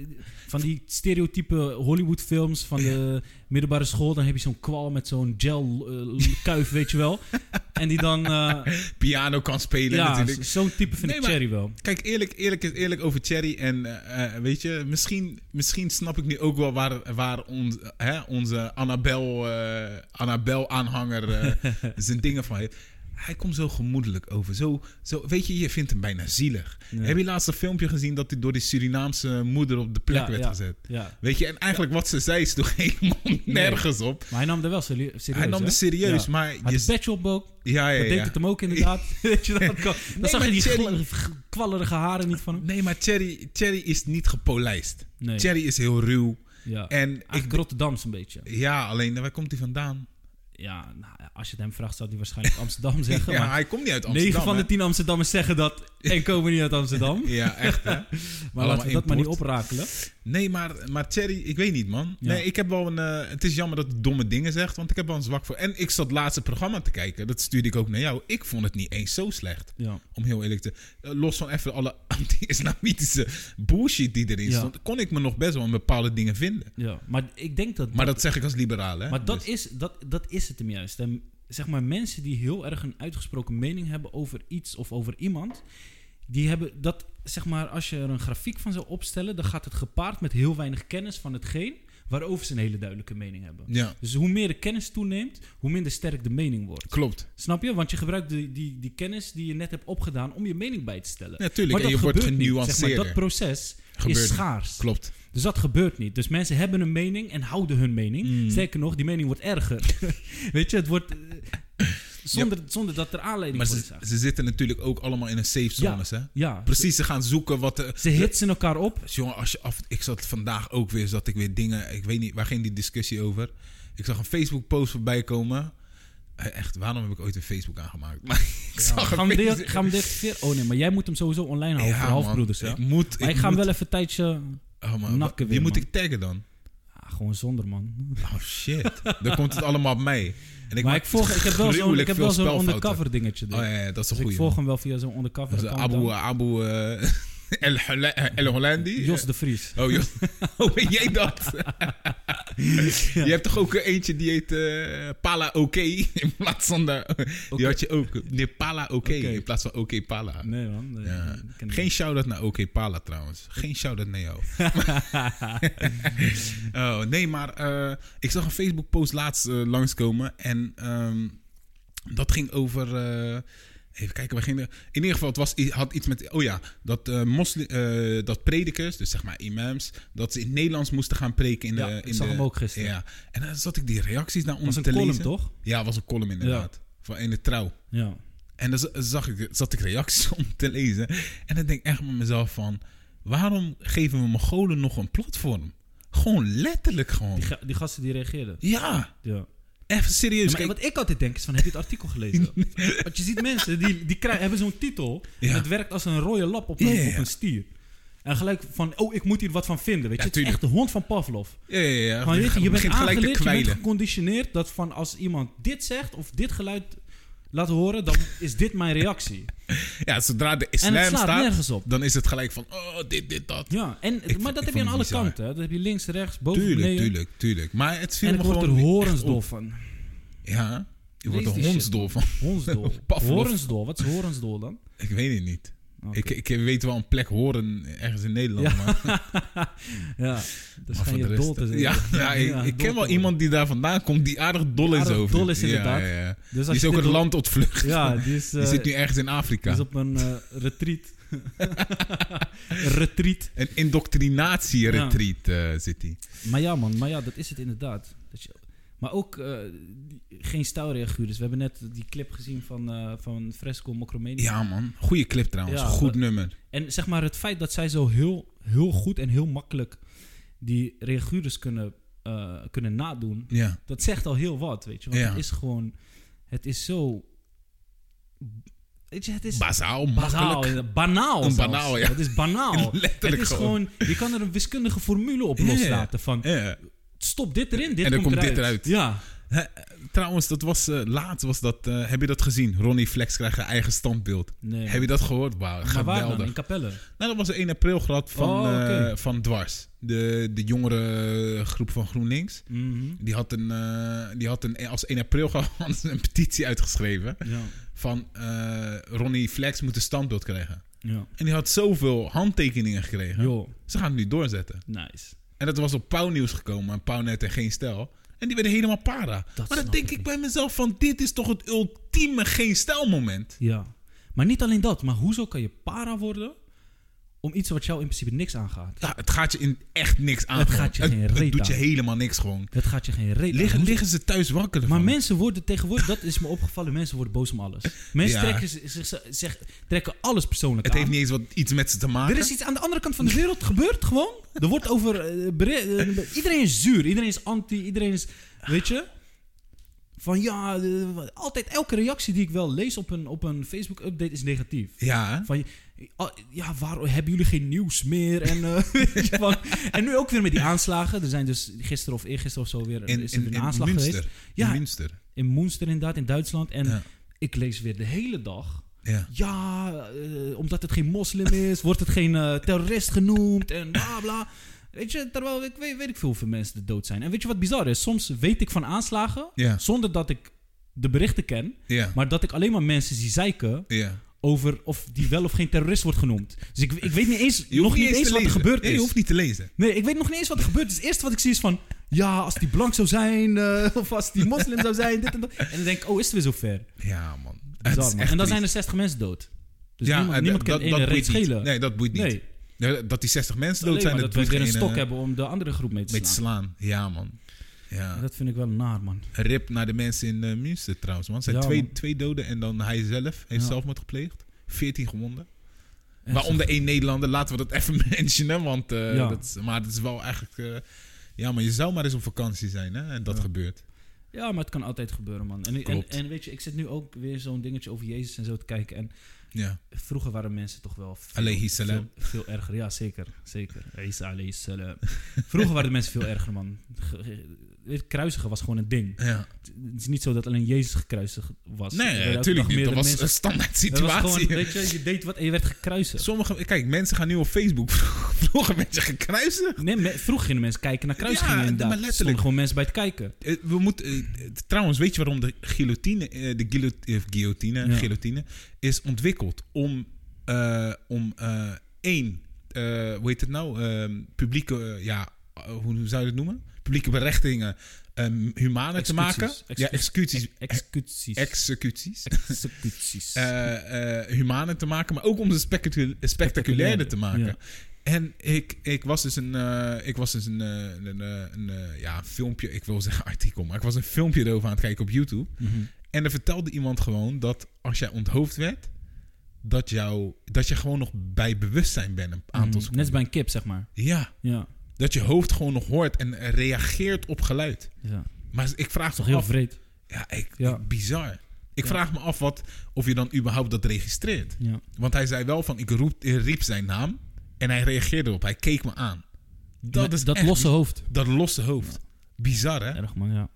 S4: van die stereotype Hollywoodfilms van de middelbare school. Dan heb je zo'n kwal met zo'n gel-kuif, weet je wel. En die dan. eh,
S5: Piano kan spelen
S4: ja,
S5: natuurlijk.
S4: z- zo'n type vind
S5: Nee,
S4: ik
S5: maar-
S4: Cherry wel.
S5: Kijk, eerlijk, eerlijk is eerlijk over Cherry. En eh, eh, weet je, misschien, misschien snap ik nu ook wel waar, waar ons, hè, onze Annabel, eh, Annabel-aanhanger eh, zijn dingen van heeft. Hij komt zo gemoedelijk over. Zo, zo, weet je, je vindt hem bijna zielig. Heb je laatst een filmpje gezien dat hij door die Surinaamse moeder op de plek
S4: Ja,
S5: werd
S4: ja,
S5: gezet?
S4: ja.
S5: Weet je, en eigenlijk wat ze zei is toch helemaal nergens op.
S4: Maar hij nam er wel seri- serieus.
S5: Hij nam
S4: hè?
S5: het serieus,
S4: Ja.
S5: maar...
S4: Maar
S5: je-
S4: de Pet Shop ook.
S5: ja, ja,
S4: Dat
S5: ja.
S4: deed het hem ook inderdaad. Weet je, dat, kan- dan zag
S5: maar
S4: je die
S5: Cherry-
S4: gla- g- kwallerige haren niet van hem.
S5: Nee, maar Cherry, Cherry is niet gepolijst.
S4: Nee.
S5: Cherry is heel ruw.
S4: Ja.
S5: En ik,
S4: Eigenlijk Rotterdams een beetje.
S5: ja, alleen waar komt hij vandaan?
S4: Ja, nou, als je het hem vraagt, zou hij waarschijnlijk Amsterdam zeggen.
S5: Ja,
S4: maar
S5: hij komt niet uit Amsterdam.
S4: 9 van
S5: hè?
S4: de 10 Amsterdammers zeggen dat en komen niet uit Amsterdam.
S5: Ja, echt hè?
S4: Maar laten we dat maar niet
S5: import.
S4: oprakelen.
S5: Nee, maar, maar Thierry, ik weet niet man.
S4: Ja.
S5: Nee, ik heb wel een... eh, het is jammer dat hij domme dingen zegt, want ik heb wel een zwak voor... En ik zat laatste programma te kijken, dat stuurde ik ook naar jou. Ik vond het niet eens zo slecht.
S4: Ja.
S5: Om heel eerlijk te... eh, Los van even alle anti-islamitische bullshit die erin
S4: Ja.
S5: stond... kon ik me nog best wel in bepaalde dingen vinden.
S4: Ja, maar ik denk dat...
S5: Maar dat zeg ik als liberaal hè?
S4: maar dat,
S5: Dus-
S4: is, dat, dat is het hem juist. En zeg maar, mensen die heel erg een uitgesproken mening hebben over iets of over iemand... Die hebben dat, zeg maar, als je er een grafiek van zou opstellen... dan gaat het gepaard met heel weinig kennis van hetgeen... waarover ze een hele duidelijke mening hebben.
S5: Ja,
S4: Dus hoe meer de kennis toeneemt, hoe minder sterk de mening wordt.
S5: klopt.
S4: Snap je? Want je gebruikt die, die, die kennis die je net hebt opgedaan om je mening bij te stellen.
S5: Ja, tuurlijk.
S4: Maar
S5: En
S4: dat
S5: je wordt
S4: gebeurt niet. Zeg maar,
S5: genuanceerder.
S4: dat proces
S5: Gebeurt
S4: is
S5: niet.
S4: schaars.
S5: Klopt.
S4: Dus dat gebeurt niet. Dus mensen hebben een mening en houden hun mening.
S5: Hmm.
S4: Sterker nog, die mening wordt erger. Weet je, het wordt... eh, zonder, zonder dat er aanleiding
S5: Maar
S4: voor
S5: ze,
S4: is.
S5: ze zitten natuurlijk ook allemaal in een safe
S4: ja,
S5: zones hè?
S4: ja.
S5: Precies, ze gaan zoeken wat... de-
S4: Ze hitsen elkaar op.
S5: Dus Jongen, als je af, ik zat vandaag ook weer, zat ik weer dingen, ik weet niet, waar ging die discussie over? Ik zag een Facebook post voorbij komen. Eh, Echt, waarom heb ik ooit een Facebook aangemaakt? Maar ik zag
S4: Gaan we deel- gaan we deactiveren? Oh nee, maar jij moet hem sowieso online houden voor halfbroeders. Ja?
S5: Ik moet...
S4: maar ik, ga hem wel even een tijdje...
S5: wel oh, man,
S4: nakken
S5: Wie
S4: weer,
S5: moet
S4: man.
S5: ik taggen dan?
S4: Ah, gewoon zonder, man.
S5: Oh shit. dan komt het allemaal op mij. En ik
S4: maar
S5: maak
S4: ik, volg, ik heb wel zo'n
S5: gruwelijk
S4: ik heb
S5: veel
S4: wel zo'n
S5: spelfouten.
S4: undercover dingetje.
S5: Oh
S4: dus.
S5: ja, ja, dat is een
S4: dus
S5: goeie.
S4: ik volg hem wel via zo'n undercover.
S5: Dat is
S4: account
S5: Abu,
S4: dan.
S5: Abu eh, El, Holla- El Hollandi.
S4: Jos de Vries.
S5: Oh, Jos. Hoe ben jij dat? Je hebt toch ook eh, eentje die heet eh, Pala Oké in plaats van de... Die had je ook. Nee, Pala Oké
S4: Oké.
S5: in plaats van Oké Pala.
S4: Nee, man. nee,
S5: Ja.
S4: ik ken
S5: Geen shout-out naar Oké Pala trouwens. Geen shout-out naar jou. oh, nee, maar eh, ik zag een Facebook-post laatst eh, langskomen. En ehm, dat ging over... eh, even kijken, waar ging de- In ieder geval, het was, i- had iets met... Oh ja, dat, eh mosli- eh, dat predikers, dus zeg maar imams... dat ze in het Nederlands moesten gaan preken. In
S4: Ja,
S5: de,
S4: ik
S5: in
S4: zag
S5: de-
S4: hem ook gisteren.
S5: Ja, en dan zat ik die reacties naar
S4: was
S5: ons
S4: een
S5: te
S4: column,
S5: lezen.
S4: toch?
S5: Ja, was een column inderdaad. Van in de trouw.
S4: Ja.
S5: En dan z- zag ik, zat ik reacties om te lezen. En dan denk ik echt met mezelf van... Waarom geven we Mongolen nog een platform? Gewoon letterlijk gewoon.
S4: Die, ga- die gasten die reageerden.
S5: Ja,
S4: Ja.
S5: even serieus.
S4: Ja, maar
S5: Kijk,
S4: wat ik altijd denk is van, heb je het artikel gelezen? Want je ziet mensen, die, die krijgen, hebben zo'n titel.
S5: Ja.
S4: En het werkt als een rode lap op een,
S5: Ja, ja, ja.
S4: op een stier. En gelijk van, oh, ik moet hier wat van vinden. Weet je,
S5: Ja,
S4: het is echt de hond van Pavlov.
S5: ja, ja, ja.
S4: Gewoon, weet je, je bent
S5: begint gelijk te
S4: aangeleerd, je bent
S5: kwijlen.
S4: geconditioneerd dat van als iemand dit zegt of dit geluid laat horen, dan is dit mijn reactie.
S5: Ja, zodra de islam
S4: slaat
S5: staat,
S4: nergens op.
S5: dan is het gelijk van... Oh, dit, dit, dat.
S4: Ja, en,
S5: vond-
S4: maar dat heb
S5: ik
S4: je
S5: vond
S4: aan
S5: het
S4: alle
S5: bizar.
S4: kanten. hè. Dat heb je links, rechts, boven,
S5: tuurlijk,
S4: beneden.
S5: tuurlijk, tuurlijk. Maar het viel
S4: En
S5: me
S4: ik word er
S5: gewoon Oh. echt
S4: horensdol
S5: op.
S4: van.
S5: Ja, je wordt
S4: Lees
S5: er
S4: die shit,
S5: hondsdol van.
S4: Honsdol.
S5: Pavlov.
S4: Horensdol. Wat is horensdol dan?
S5: Ik weet het niet.
S4: Oké.
S5: Ik, ik weet wel een plek horen ergens in Nederland,
S4: Ja.
S5: maar...
S4: Ja, dat
S5: Maar
S4: schijn
S5: voor
S4: je
S5: de
S4: dol
S5: rest- eh,
S4: te zijn.
S5: Ja, ja, ik, ik
S4: dol
S5: ken wel
S4: te
S5: iemand die daar vandaan komt die aardig dol is
S4: aardig
S5: over.
S4: dol is inderdaad.
S5: Ja, ja, ja.
S4: Dus als
S5: die is
S4: je
S5: ook
S4: dit
S5: het
S4: doet-
S5: land ontvlucht.
S4: worden. Ja, die is,
S5: die
S4: eh,
S5: zit nu ergens in
S4: die
S5: Afrika.
S4: is op een eh, retreat. Een retreat.
S5: Een indoctrinatie-retreat eh, zit hij.
S4: Maar ja, man, maar ja, dat is het inderdaad. Dat je, maar ook eh, die- geen stijlreaguurders. We hebben net die clip gezien van, eh, van Fresco Mocromania.
S5: Ja, man. Goeie clip trouwens.
S4: Ja,
S5: Goed
S4: maar-
S5: nummer.
S4: En zeg maar het feit dat zij zo heel, heel goed en heel makkelijk die reaguurders kunnen, eh, kunnen nadoen.
S5: Ja.
S4: dat zegt al heel wat, weet je. Want
S5: Ja.
S4: het is gewoon... Het is zo... Weet je, het is...
S5: Bazaal,
S4: Bazaal,
S5: makkelijk.
S4: eh, banaal.
S5: Een
S4: zelfs.
S5: banaal, ja.
S4: Het is banaal. het
S5: Letterlijk
S4: is
S5: gewoon.
S4: gewoon, je kan er een wiskundige formule op
S5: Ja, ja.
S4: loslaten. Van
S5: Ja.
S4: stop dit erin, dit
S5: En dan
S4: komt,
S5: komt dit
S4: eruit.
S5: eruit.
S4: Ja,
S5: Hè, Trouwens, dat was eh, laatst. Was dat, eh, heb je dat gezien? Ronnie Flex krijgt een eigen standbeeld.
S4: Nee.
S5: Heb je dat gehoord? Wauw,
S4: maar waar dan?
S5: geweldig.
S4: In Capelle?
S5: Nou, dat was de 1 april grad van,
S4: Oh, oké.
S5: eh, van Dwars. De, de jongere groep van GroenLinks.
S4: Mhm.
S5: Die had, een, eh, die had een, als 1 april grad een petitie uitgeschreven.
S4: Ja,
S5: Van eh, Ronnie Flex moet een standbeeld krijgen.
S4: ja.
S5: En die had zoveel handtekeningen gekregen.
S4: Yo,
S5: Ze gaan het nu doorzetten.
S4: nice.
S5: En dat was op Pauwnieuws gekomen. En Pauwnet en Geen Stijl. En die werden helemaal para. maar dan
S4: snap
S5: denk
S4: ik
S5: ik
S4: niet.
S5: bij mezelf van... Dit is toch het ultieme Geen Stijl moment?
S4: Ja. Maar niet alleen dat, maar hoezo kan je para worden om iets wat jou in principe niks aangaat?
S5: Ja, het gaat je in echt niks aan.
S4: Het
S5: gewoon.
S4: gaat je geen
S5: Het
S4: reet
S5: doet je
S4: aan.
S5: helemaal niks gewoon.
S4: Dat gaat je geen reden
S5: Liggen, liggen ze thuis wakker
S4: Maar
S5: van?
S4: mensen worden tegenwoordig, dat is me opgevallen, mensen worden boos om alles. Mensen
S5: Ja.
S4: trekken, zich, zich- zich- trekken alles persoonlijk
S5: Het
S4: aan.
S5: heeft niet eens wat, iets met ze te maken.
S4: Er is iets aan de andere kant van de wereld gebeurd, gewoon. Er wordt over... eh, bere- eh, iedereen is zuur, iedereen is anti, iedereen is... Weet je? Van ja, eh, wat- altijd elke reactie die ik wel lees op een, op een Facebook-update is negatief.
S5: Ja, hè?
S4: Van, je- ah, ja, waarom hebben jullie geen nieuws meer? En, eh, weet je, van, en nu ook weer met die aanslagen. Er zijn dus gisteren of eergisteren of zo weer,
S5: in,
S4: is er
S5: in,
S4: weer
S5: in
S4: een aanslag
S5: Münster.
S4: geweest.
S5: Ja.
S4: Ja.
S5: In Münster.
S4: In Münster inderdaad, in Duitsland. En
S5: Ja.
S4: ik lees weer de hele dag...
S5: Ja.
S4: Ja, eh, omdat het geen moslim is, wordt het geen eh, terrorist genoemd en bla bla. Weet je, terwijl ik weet, weet ik veel hoeveel mensen er dood zijn. En weet je wat bizar is? Soms weet ik van aanslagen
S5: Ja.
S4: zonder dat ik de berichten ken.
S5: Ja.
S4: Maar dat ik alleen maar mensen zie zeiken
S5: ja.
S4: over of die wel of geen terrorist wordt genoemd. Dus ik, ik weet niet eens, nog niet eens,
S5: te
S4: wat er
S5: lezen.
S4: gebeurd
S5: Nee,
S4: is.
S5: je hoeft niet te lezen.
S4: Nee, ik weet nog niet eens wat er gebeurd is. Het eerste wat ik zie is van... Ja, als die blank zou zijn, eh, of als die moslim zou zijn, dit en dat. En dan denk ik, oh, is het weer zover?
S5: Ja, man. Het
S4: Bizar,
S5: is
S4: man.
S5: echt
S4: En dan
S5: triest.
S4: zijn er 60 mensen dood. Dus
S5: Ja,
S4: niemand,
S5: en
S4: niemand kan
S5: dat-
S4: de ene
S5: dat
S4: reet
S5: boeit niet.
S4: schelen.
S5: Nee, dat boeit niet.
S4: Nee.
S5: Ja, Dat die 60 mensen dood
S4: Alleen
S5: zijn,
S4: maar
S5: dat
S4: dat we
S5: doet
S4: weer een
S5: geen,
S4: stok
S5: eh,
S4: hebben om de andere groep mee te
S5: Met
S4: slaan.
S5: slaan. Ja, man. Ja.
S4: Dat vind ik wel naar, man.
S5: Rip naar de mensen in eh, Münster trouwens, man. Er zijn
S4: Ja,
S5: twee,
S4: man.
S5: twee doden en dan hij zelf heeft
S4: Ja.
S5: zelfmoord gepleegd. 14 gewonden. Waaronder één Nederlander. Laten we dat even mentionen. Want, eh,
S4: Ja.
S5: dat, is- maar dat is wel eigenlijk... eh, ja, maar je zou maar eens op vakantie zijn hè, en dat gebeurt.
S4: Ja, maar het kan altijd gebeuren, man. En, en,
S5: Klopt.
S4: en weet je, ik zit nu ook weer zo'n dingetje over Jezus en zo te kijken. En
S5: Ja.
S4: vroeger waren mensen toch wel veel,
S5: Alayhi salam.
S4: veel, veel erger. Ja, zeker. Zeker. Isa alayhi salam. Vroeger waren de mensen veel erger, man. Ge- ge- weet je, Kruisigen was gewoon een ding.
S5: ja.
S4: Het is niet zo dat alleen Jezus gekruisigd was. Er werden
S5: Nee,
S4: elke
S5: natuurlijk
S4: dag
S5: niet. Dat
S4: meerdere
S5: was
S4: mensen-
S5: een standaard
S4: Het was
S5: situatie.
S4: gewoon, weet je, je deed wat en je werd gekruisigd.
S5: Sommige, kijk, mensen gaan nu op Facebook. Vroeger werd je gekruisen.
S4: Nee, me- vroeger gingen mensen kijken naar kruisigingen
S5: Ja,
S4: inderdaad.
S5: maar
S4: Er stonden
S5: letterlijk.
S4: gewoon mensen bij het kijken.
S5: Eh, We moeten, eh, eh, trouwens, weet je waarom de guillotine, eh, de guillo- eh, guillotine,
S4: Ja.
S5: guillotine is ontwikkeld? Om, eh, om eh, één, eh, hoe heet het nou? Ehm, publieke, eh, ja, eh, hoe, hoe zou je het noemen? Publieke berechtingen ehm humaner te maken.
S4: Executies.
S5: Ja, executies.
S4: Executies.
S5: Executies.
S4: Executies. Mhm.
S5: eh, eh, humaner te maken, maar ook om ze spectacul- spectaculairder te maken.
S4: Ja.
S5: En ik, ik was dus een, eh, ik was dus een, eh, een, eh, een, eh, ja, filmpje, ik wil zeggen artikel, maar ik was een filmpje erover aan het kijken op YouTube.
S4: Mhm.
S5: En er vertelde iemand gewoon dat als jij onthoofd werd, dat, jou, dat je gewoon nog bij bewustzijn bent een aantal
S4: Mm, Net
S5: seconden.
S4: als bij een kip, zeg maar.
S5: Ja,
S4: Ja.
S5: dat je hoofd gewoon nog hoort en reageert op geluid.
S4: ja.
S5: Maar ik vraag
S4: Toch
S5: toch
S4: heel
S5: af,
S4: vreed.
S5: ja, ik,
S4: Ja.
S5: bizar. Ik vraag me af wat, of je dan überhaupt dat registreert.
S4: Ja.
S5: Want hij zei wel van, ik roep, ik riep zijn naam en hij reageerde op. Hij keek me aan. Dat
S4: Maar
S5: is
S4: dat
S5: echt
S4: losse
S5: bi-
S4: hoofd.
S5: Dat losse hoofd. Bizar, hè?
S4: Erg man, ja.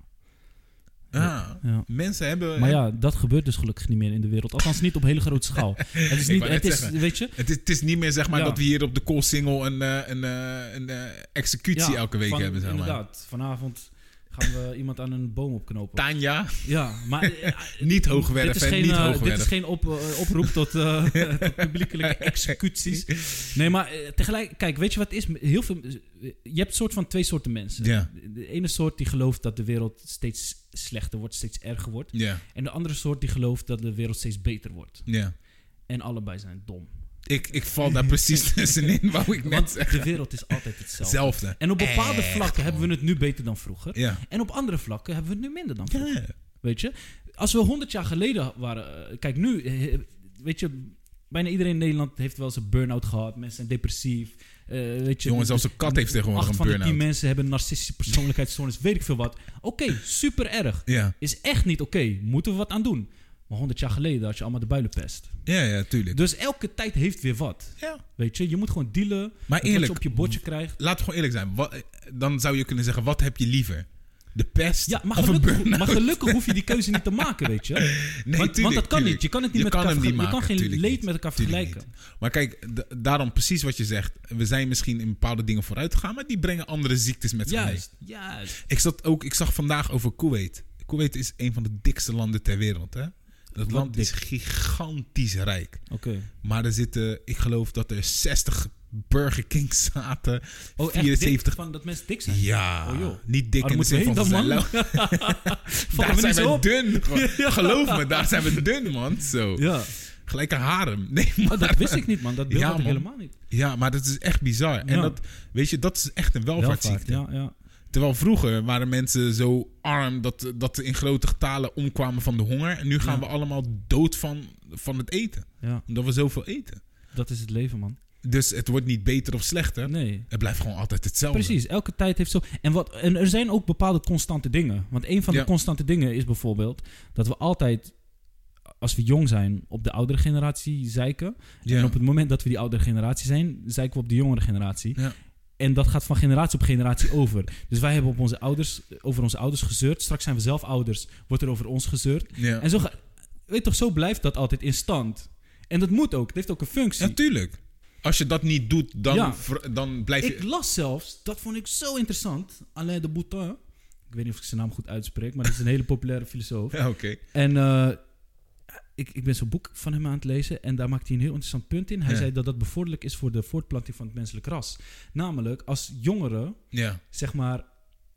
S5: Ja.
S4: Ja.
S5: Mensen hebben...
S4: Maar ja, dat gebeurt dus gelukkig niet meer in de wereld. Althans niet op hele grote schaal. Het is
S5: Ik
S4: niet,
S5: wou net
S4: het is,
S5: zeggen.
S4: weet je...
S5: Het, is, het is niet meer zeg maar
S4: Ja.
S5: dat we hier op de call single een, eh, een, eh, een, eh, executie
S4: ja,
S5: elke week
S4: van-
S5: hebben. Zeg maar.
S4: Inderdaad. Vanavond gaan we iemand aan een boom opknopen.
S5: Tanja,
S4: Ja, maar... eh,
S5: niet hoogwerf
S4: Dit is geen,
S5: niet
S4: eh,
S5: hoogwerf.
S4: dit is geen op, eh, oproep tot, eh, tot publiekelijke executies. Nee, maar eh, tegelijk, kijk, weet je wat het is? Heel veel, je hebt soort van twee soorten mensen.
S5: Ja.
S4: De ene soort die gelooft dat de wereld steeds slechter wordt, steeds erger wordt.
S5: Ja,
S4: En de andere soort die gelooft dat de wereld steeds beter wordt.
S5: ja.
S4: En allebei zijn dom.
S5: Ik, ik val daar precies tussenin, wou ik net
S4: Want
S5: zeggen.
S4: de wereld is altijd hetzelfde.
S5: Hetzelfde.
S4: En op bepaalde
S5: Echt,
S4: vlakken hebben we
S5: man.
S4: het nu beter dan vroeger.
S5: Ja.
S4: En op andere vlakken hebben we het nu minder dan vroeger.
S5: Ja.
S4: Weet je? Als we 100 jaar geleden waren. eh, Kijk, nu. eh, Weet je. Bijna iedereen in Nederland heeft wel eens een burn-out gehad. Mensen zijn depressief. eh, weet je,
S5: Jongens, zelfs een kat heeft tegenwoordig
S4: acht
S5: een
S4: van de tien
S5: burn-out.
S4: mensen hebben narcistische persoonlijkheidsstoornis. weet ik veel wat. Oké, super erg.
S5: Ja.
S4: Is echt niet oké. Moeten we wat aan doen. Maar 100 jaar geleden had je allemaal de builenpest.
S5: ja, ja, tuurlijk.
S4: Dus elke tijd heeft weer wat.
S5: Ja.
S4: Weet je, je moet gewoon dealen. met Wat
S5: eerlijk,
S4: je op je bordje krijgt.
S5: Laten we gewoon eerlijk zijn. Wat, dan zou je kunnen zeggen, wat heb je liever? De pest
S4: Ja, maar
S5: of een
S4: gelukkig,
S5: burn-out?
S4: maar gelukkig hoef je die keuze niet te maken, weet je.
S5: Nee,
S4: want, want
S5: tuurlijk,
S4: dat kan
S5: tuurlijk.
S4: niet. Je kan het niet
S5: Je
S4: met
S5: kan
S4: elkaar
S5: hem niet
S4: vergelijken.
S5: maken,
S4: Je kan geen
S5: tuurlijk
S4: leed
S5: niet.
S4: met elkaar
S5: Tuurlijk
S4: vergelijken.
S5: niet. Maar kijk, d- daarom precies wat je zegt. We zijn misschien in bepaalde dingen vooruit gegaan, maar die brengen andere ziektes met zich mee.
S4: Juist, juist.
S5: Ik, zat ook, ik zag vandaag over Kuwait. Kuwait is een van de dikste landen ter wereld. Hè? Dat
S4: Wat
S5: land is
S4: dik?
S5: gigantisch rijk.
S4: Oké.
S5: Maar er zitten, ik geloof dat er 60 Burger Kings zaten.
S4: Oh, echt dik,
S5: 74
S4: van dat mensen dik zijn?
S5: Ja,
S4: Oh, joh.
S5: niet dik
S4: Ah,
S5: in de
S4: moeten we
S5: zin van
S4: heen
S5: ze zijn
S4: dan,
S5: lauw.
S4: man. Vallen
S5: Daar
S4: we niet
S5: zijn we
S4: zo op?
S5: dun. gewoon. Geloof me, daar zijn we dun, man. Zo.
S4: Ja.
S5: Gelijk een harem. Nee, maar,
S4: Oh, dat wist ik niet, man. Dat beeld
S5: Ja,
S4: had ik
S5: man.
S4: helemaal niet.
S5: Ja, maar dat is echt bizar. En
S4: Ja.
S5: dat, weet je, dat is echt een
S4: Welvaart,
S5: welvaartsziekte.
S4: ja, ja.
S5: Terwijl vroeger waren mensen zo arm dat, dat ze in grote getalen omkwamen van de honger. En nu gaan we allemaal dood van, van het eten.
S4: Ja,
S5: Omdat we zoveel eten.
S4: dat is het leven, man.
S5: Dus het wordt niet beter of slechter.
S4: Nee.
S5: Het blijft gewoon altijd hetzelfde.
S4: Precies, elke tijd heeft zo. En, wat, en er zijn ook bepaalde constante dingen. Want een van
S5: Ja.
S4: de constante dingen is bijvoorbeeld dat we altijd, als we jong zijn, op de oudere generatie zeiken.
S5: Ja.
S4: En op het moment dat we die oudere generatie zijn, zeiken we op de jongere generatie.
S5: Ja.
S4: En dat gaat van generatie op generatie over. Dus wij hebben op onze ouders, over onze ouders gezeurd. Straks zijn we zelf ouders, wordt er over ons gezeurd.
S5: Ja.
S4: En zo, ga- weet toch, zo blijft dat altijd in stand. En dat moet ook, het heeft ook een functie.
S5: Natuurlijk. Als je dat niet doet, dan,
S4: Ja.
S5: ver- dan blijf je...
S4: Ik las zelfs, dat vond ik zo interessant. Alain de Boutin. Ik weet niet of ik zijn naam goed uitspreek, maar dat is een hele populaire filosoof.
S5: Ja, Oké.
S4: En eh, ik, ik ben zo'n boek van hem aan het lezen en daar maakt hij een heel interessant punt in. Hij
S5: Ja.
S4: zei dat dat bevorderlijk is voor de voortplanting van het menselijk ras. Namelijk, als jongeren,
S5: Ja.
S4: zeg maar,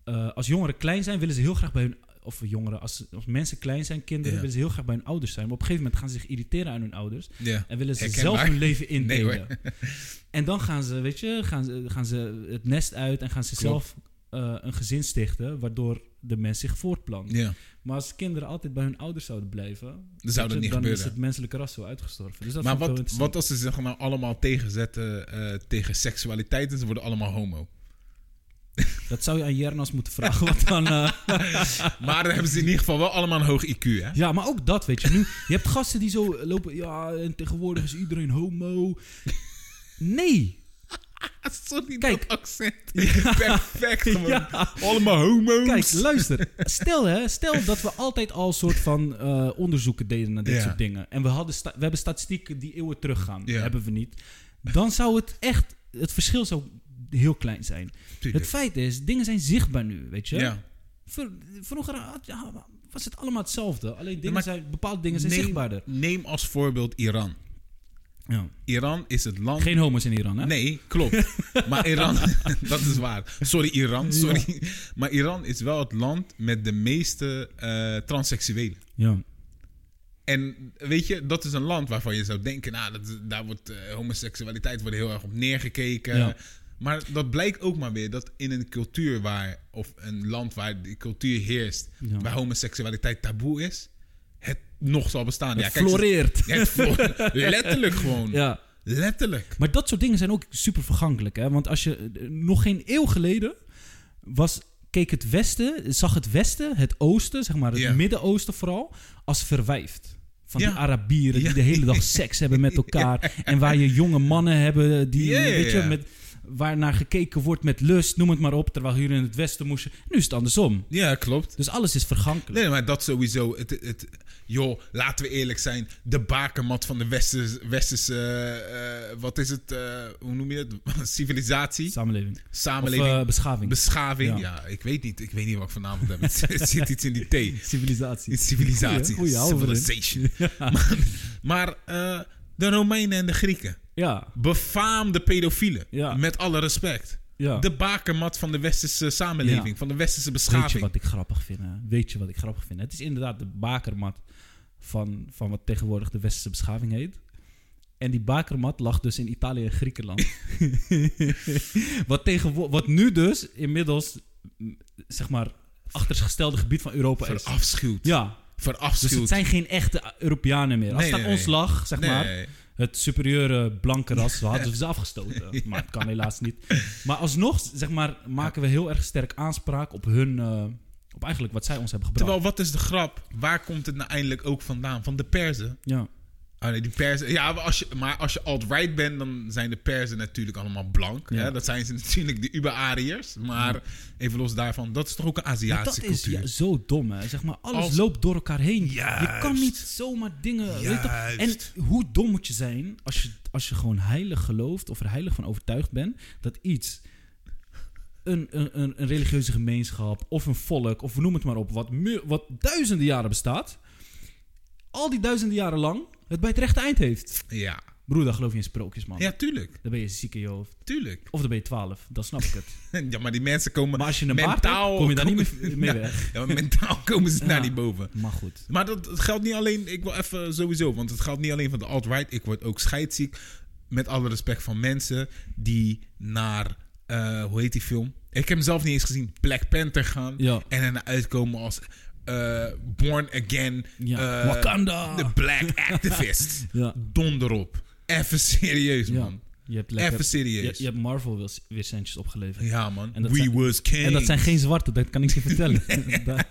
S4: eh, als jongeren klein zijn, willen ze heel graag bij hun. Of jongeren, als, als mensen klein zijn, kinderen,
S5: Ja.
S4: willen ze heel graag bij hun ouders zijn. Maar op een gegeven moment gaan ze zich irriteren aan hun ouders.
S5: Ja.
S4: En willen ze
S5: Herkenbaar.
S4: zelf hun leven
S5: Nee
S4: indelen.
S5: hoor.
S4: En dan gaan ze, weet je, gaan ze, gaan ze het nest uit en gaan ze
S5: Klopt.
S4: zelf eh, een gezin stichten, waardoor de mens zich voortplant.
S5: Ja.
S4: Maar als kinderen altijd bij hun ouders zouden blijven, weet
S5: zou dat
S4: je,
S5: niet
S4: dan
S5: gebeuren.
S4: is het menselijke ras zo uitgestorven. Dus dat
S5: Maar
S4: vond ik wel
S5: wat,
S4: interessant.
S5: wat als ze zich nou allemaal tegenzetten eh, tegen seksualiteit en ze worden allemaal homo?
S4: Dat zou je aan Jernas moeten vragen. Wat dan, eh,
S5: Maar dan hebben ze in ieder geval wel allemaal een hoog IQ, hè?
S4: Ja, maar ook dat, weet je. Nu, je hebt gasten die zo lopen... Ja, en tegenwoordig is iedereen homo. Nee.
S5: Sorry,
S4: Kijk.
S5: dat accent. Perfect, gewoon.
S4: Ja.
S5: Allemaal homo's.
S4: Kijk, luister. Stel, hè, stel dat we altijd al soort van eh, onderzoeken deden naar dit
S5: Ja.
S4: soort dingen. En we, hadden sta- we hebben statistieken die eeuwen teruggaan.
S5: Ja.
S4: Hebben we niet. Dan zou het echt... Het verschil zou heel klein zijn.
S5: Tuurlijk.
S4: Het feit is, dingen zijn zichtbaar nu, weet je.
S5: Ja.
S4: Ver- vroeger had- ja, was het allemaal hetzelfde. Alleen dingen
S5: maar
S4: zijn, bepaalde dingen zijn
S5: Neem-
S4: zichtbaarder.
S5: Neem als voorbeeld Iran.
S4: Ja.
S5: Iran is het land...
S4: Geen homo's in Iran, hè?
S5: Nee, klopt. Maar Iran, dat is waar. Sorry, Iran. Sorry. Maar Iran is wel het land met de meeste eh, transseksuelen.
S4: Ja.
S5: En weet je, dat is een land waarvan je zou denken, nou, dat, is- daar wordt eh, homoseksualiteit wordt heel erg op neergekeken.
S4: Ja.
S5: Maar dat blijkt ook maar weer dat in een cultuur waar, of een land waar die cultuur heerst,
S4: Ja.
S5: waar homoseksualiteit taboe is, het nog zal bestaan.
S4: Het
S5: ze-
S4: floreert.
S5: Het floreert. Letterlijk gewoon.
S4: Ja.
S5: Letterlijk.
S4: Maar dat soort dingen zijn ook super vergankelijk. Hè? Want als je eh, nog geen eeuw geleden was, keek het Westen, zag het Westen, het Oosten, zeg maar, het
S5: Ja.
S4: Midden-Oosten vooral, als verwijfd. Van
S5: Ja.
S4: die Arabieren die
S5: Ja.
S4: de hele dag seks hebben met elkaar. En waar je jonge mannen hebben die,
S5: Ja, ja,
S4: weet je,
S5: ja.
S4: met, waar naar gekeken wordt met lust, noem het maar op. Terwijl hier in het Westen moest je. Nu is het andersom.
S5: Ja, klopt.
S4: Dus alles is vergankelijk.
S5: Nee, maar dat sowieso. Het, het, joh, laten we eerlijk zijn. De bakermat van de westerse... westerse eh, eh, wat is het? eh, hoe noem je het? Civilisatie?
S4: Samenleving.
S5: Samenleving?
S4: Of, eh, beschaving.
S5: Beschaving,
S4: Ja.
S5: ja. Ik weet niet. Ik weet niet wat ik vanavond heb. Het zit iets in die thee.
S4: Civilisatie.
S5: Iets civilisatie.
S4: Goeie, hè? Goeie, houden we erin.
S5: Civilization. Maar, maar eh, de Romeinen en de Grieken.
S4: Ja,
S5: Befaamde pedofielen.
S4: Ja.
S5: Met alle respect.
S4: ja.
S5: De bakermat van de westerse samenleving.
S4: Ja.
S5: Van de westerse
S4: Weet je
S5: beschaving.
S4: wat ik grappig vind? Hè? Weet je wat ik grappig vind? Het is inderdaad de bakermat van, van wat tegenwoordig de westerse beschaving heet. En die bakermat lag dus in Italië en Griekenland. wat, tegenwo- wat nu dus inmiddels, m, zeg maar, achtergestelde gebied van Europa is.
S5: Verafschuwd.
S4: Ja, dus
S5: Verafschuwd.
S4: het zijn geen echte Europeanen meer. Als
S5: Nee,
S4: het aan
S5: nee,
S4: ons
S5: nee.
S4: lag, zeg
S5: Nee,
S4: maar,
S5: nee.
S4: het superieure blanke ras, we hadden ze afgestoten. Maar het kan helaas niet. Maar alsnog, zeg maar, maken we heel erg sterk aanspraak op hun... eh, op eigenlijk wat zij ons hebben gebracht.
S5: Terwijl, wat is de grap? Waar komt het nou eindelijk ook vandaan? Van de persen?
S4: Ja.
S5: Ah nee, die persen... Ja, maar als je, maar als je alt-right bent, dan zijn de persen natuurlijk allemaal blank.
S4: Ja.
S5: Hè? Dat zijn ze natuurlijk de uber-Ariërs. Maar even los daarvan, dat is toch ook een
S4: Maar
S5: Aziatische
S4: dat is
S5: cultuur?
S4: ja, zo dom, hè. Zeg maar, alles
S5: Als-
S4: loopt door elkaar heen. Je
S5: Juist.
S4: kan niet zomaar dingen... Weet je,
S5: Juist.
S4: en hoe dom moet je zijn als je, als je gewoon heilig gelooft... of er heilig van overtuigd bent dat iets... Een, een, een, een religieuze gemeenschap of een volk of noem het maar op... Wat, mu- wat duizenden jaren bestaat... al die duizenden jaren lang het bij het rechte eind heeft.
S5: Ja.
S4: Broer, dan geloof je in sprookjes, man.
S5: ja, tuurlijk.
S4: Dan ben je ziek in je hoofd.
S5: Tuurlijk.
S4: Of dan ben je twaalf, dan snap ik het.
S5: Ja, maar die mensen komen...
S4: Maar als je een baard
S5: mentaal...
S4: hebt, kom je daar niet meer- mee
S5: Ja,
S4: weg.
S5: Ja, maar mentaal komen ze
S4: Ja.
S5: daar niet boven.
S4: Maar goed.
S5: Maar dat, dat geldt niet alleen, ik wil even sowieso, want het geldt niet alleen van de alt-right. Ik word ook scheidziek. Met alle respect van mensen die naar, eh, hoe heet die film? Ik heb hem zelf niet eens gezien. Black Panther gaan.
S4: Ja.
S5: En erna uitkomen als eh, Born Again.
S4: Ja.
S5: eh,
S4: Wakanda.
S5: De Black Activist.
S4: Ja.
S5: Donder op. Even serieus, man.
S4: Je hebt lekker,
S5: Even serieus.
S4: Je, je hebt Marvel wel s- weer centjes opgeleverd.
S5: Ja, man.
S4: En
S5: We
S4: dat zijn-
S5: was king.
S4: En dat zijn geen zwarte, dat kan ik je vertellen. Da-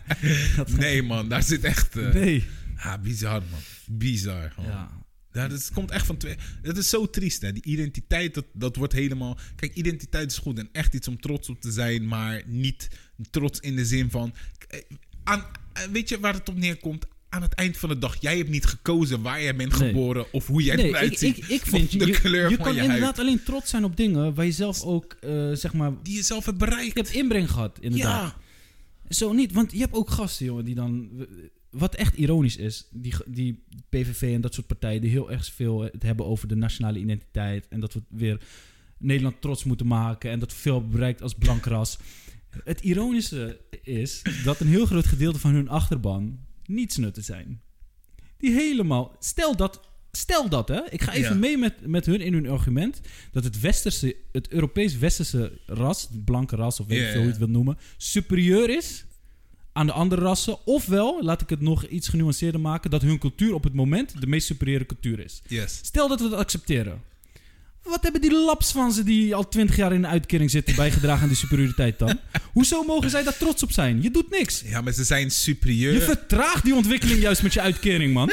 S4: dat-
S5: Nee, man. Daar zit echt... eh,
S4: nee.
S5: Ah, bizar, man. Bizar, gewoon.
S4: Ja.
S5: Ja, dat komt echt van twee. Dat is zo triest, hè? Die identiteit, dat, dat wordt helemaal. Kijk, identiteit is goed en echt iets om trots op te zijn, maar niet trots in de zin van. eh, Aan, eh, weet je waar het op neerkomt? Aan het eind van de dag, jij hebt niet gekozen waar jij bent
S4: Nee.
S5: geboren of hoe jij
S4: Nee, ik,
S5: eruit
S4: ik,
S5: ziet.
S4: ik
S5: of
S4: vind,
S5: de
S4: je,
S5: kleur
S4: je
S5: van
S4: kan
S5: je
S4: inderdaad
S5: huid.
S4: alleen trots zijn op dingen waar je zelf ook, eh, zeg maar,
S5: Die je zelf hebt bereikt.
S4: je hebt inbreng gehad, inderdaad.
S5: ja,
S4: Zo niet, want je hebt ook gasten, jongen, die dan... Wat echt ironisch is, die, ge- die PVV en dat soort partijen... die heel erg veel het hebben over de nationale identiteit... en dat we weer Nederland trots moeten maken... en dat we veel hebben bereikt als blank ras. Het ironische is dat een heel groot gedeelte van hun achterban... niets nutten zijn. Die helemaal... Stel dat, stel dat hè. Ik ga even
S5: Ja.
S4: mee met, met hun in hun argument... dat het westerse, het Europees-westerse ras... het blanke ras of weet
S5: Ja,
S4: ik veel hoe je het
S5: ja.
S4: wil noemen... superieur is aan de andere rassen. Ofwel, laat ik het nog iets genuanceerder maken, dat hun cultuur op het moment de meest superieure cultuur is.
S5: yes.
S4: Stel dat we dat accepteren. Wat hebben die laps van ze die al twintig jaar in de uitkering zitten bijgedragen aan die superioriteit dan? Hoezo mogen zij daar trots op zijn? Je doet niks.
S5: Ja, maar ze zijn superieur.
S4: Je vertraagt die ontwikkeling juist met je uitkering, man.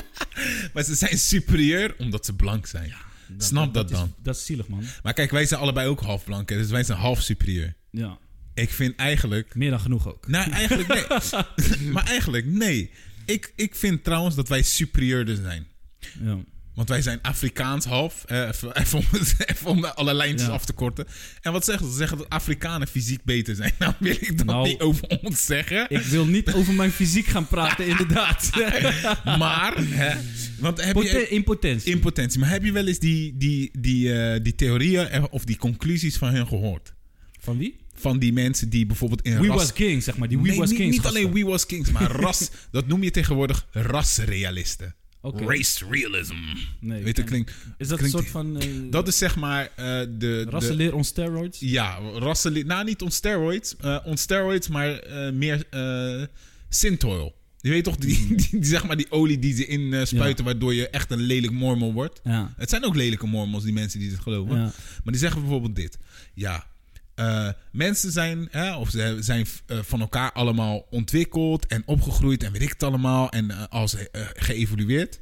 S5: Maar ze zijn superieur omdat ze blank zijn. Snap dat,
S4: is-
S5: dan.
S4: dat is zielig, man.
S5: Maar kijk, wij zijn allebei ook half blank. hè, Dus wij zijn half superieur.
S4: Ja,
S5: Ik vind eigenlijk...
S4: meer dan genoeg ook.
S5: Nou, eigenlijk nee. maar eigenlijk nee. Ik, ik vind trouwens dat wij superieurder zijn.
S4: Ja.
S5: Want wij zijn Afrikaans half. Eh, even, even, om, het- even om alle lijntjes
S4: Ja.
S5: af te korten. En wat zeggen ze? Ze zeggen dat Afrikanen fysiek beter zijn. Nou wil ik dat
S4: Nou,
S5: niet over ons zeggen.
S4: Ik wil niet over mijn fysiek gaan praten, inderdaad.
S5: Maar, hè, want heb
S4: Poten-
S5: je...
S4: impotentie.
S5: Impotentie. Maar heb je wel eens die, die, die, eh, die theorieën eh, of die conclusies van hen gehoord?
S4: Van wie?
S5: Van die mensen die bijvoorbeeld in
S4: We
S5: ras...
S4: Was King, zeg maar. Die We
S5: Nee,
S4: Was
S5: niet,
S4: Kings.
S5: niet alleen
S4: gasten.
S5: We Was Kings, maar ras... dat noem je tegenwoordig rasrealisten.
S4: Oké.
S5: Race realism.
S4: Nee,
S5: Weet je,
S4: ken-
S5: klinkt...
S4: Is dat een
S5: klinkt-
S4: soort van... eh,
S5: Dat is zeg maar eh, de... de
S4: Rassenleer on steroids?
S5: ja, rassenleer. Nou, niet on steroids. eh on steroids, maar eh, meer eh syntoil. Je weet toch, die,
S4: Hmm.
S5: die, die- zeg maar die olie die ze in eh, spuiten... waardoor je echt een lelijk mormel wordt.
S4: Ja.
S5: Het zijn ook lelijke mormels, die mensen die dit geloven.
S4: Ja.
S5: Maar die zeggen bijvoorbeeld dit. Ja, eh, mensen zijn, hè, of ze zijn eh, van elkaar allemaal ontwikkeld en opgegroeid en weet ik het allemaal. En eh, als eh, geëvolueerd.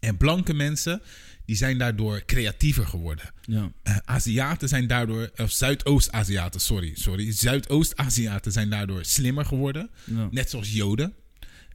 S5: En blanke mensen, die zijn daardoor creatiever geworden.
S4: Ja.
S5: Eh, Aziaten zijn daardoor, of Zuidoost-Aziaten, sorry, sorry. Zuidoost-Aziaten zijn daardoor slimmer geworden.
S4: Ja.
S5: Net zoals Joden.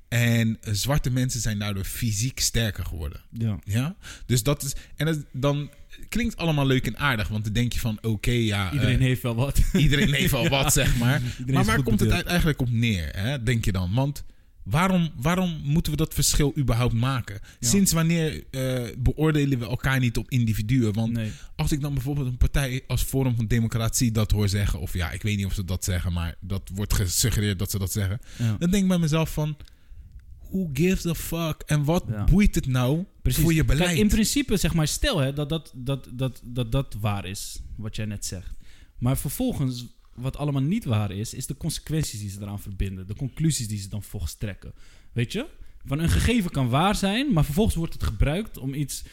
S5: En eh, zwarte mensen zijn daardoor fysiek sterker geworden.
S4: Ja.
S5: Ja, dus dat is. En het- dan klinkt allemaal leuk en aardig, want dan denk je van: oké, ja.
S4: Iedereen
S5: eh,
S4: heeft wel wat.
S5: iedereen heeft al wat, zeg maar. Maar
S4: is
S5: waar
S4: goed
S5: komt het
S4: bedeeld.
S5: eigenlijk op neer, hè, denk je dan? Want waarom, waarom moeten we dat verschil überhaupt maken? Sinds wanneer eh, beoordelen we elkaar niet op individuen? Want
S4: Nee.
S5: als ik dan bijvoorbeeld een partij als Forum van Democratie dat hoor zeggen, of ja, ik weet niet of ze dat zeggen, maar dat wordt gesuggereerd dat ze dat zeggen,
S4: Ja.
S5: dan denk ik bij mezelf van. Who gives a fuck? En wat
S4: Ja.
S5: boeit het nou voor je beleid?
S4: Kijk, in principe, zeg maar, stel hè, dat, dat, dat, dat, dat dat waar is, wat jij net zegt. Maar vervolgens, wat allemaal niet waar is, is de consequenties die ze eraan verbinden. De conclusies die ze dan volgens trekken. Weet je? Van een gegeven kan waar zijn, maar vervolgens wordt het gebruikt om iets,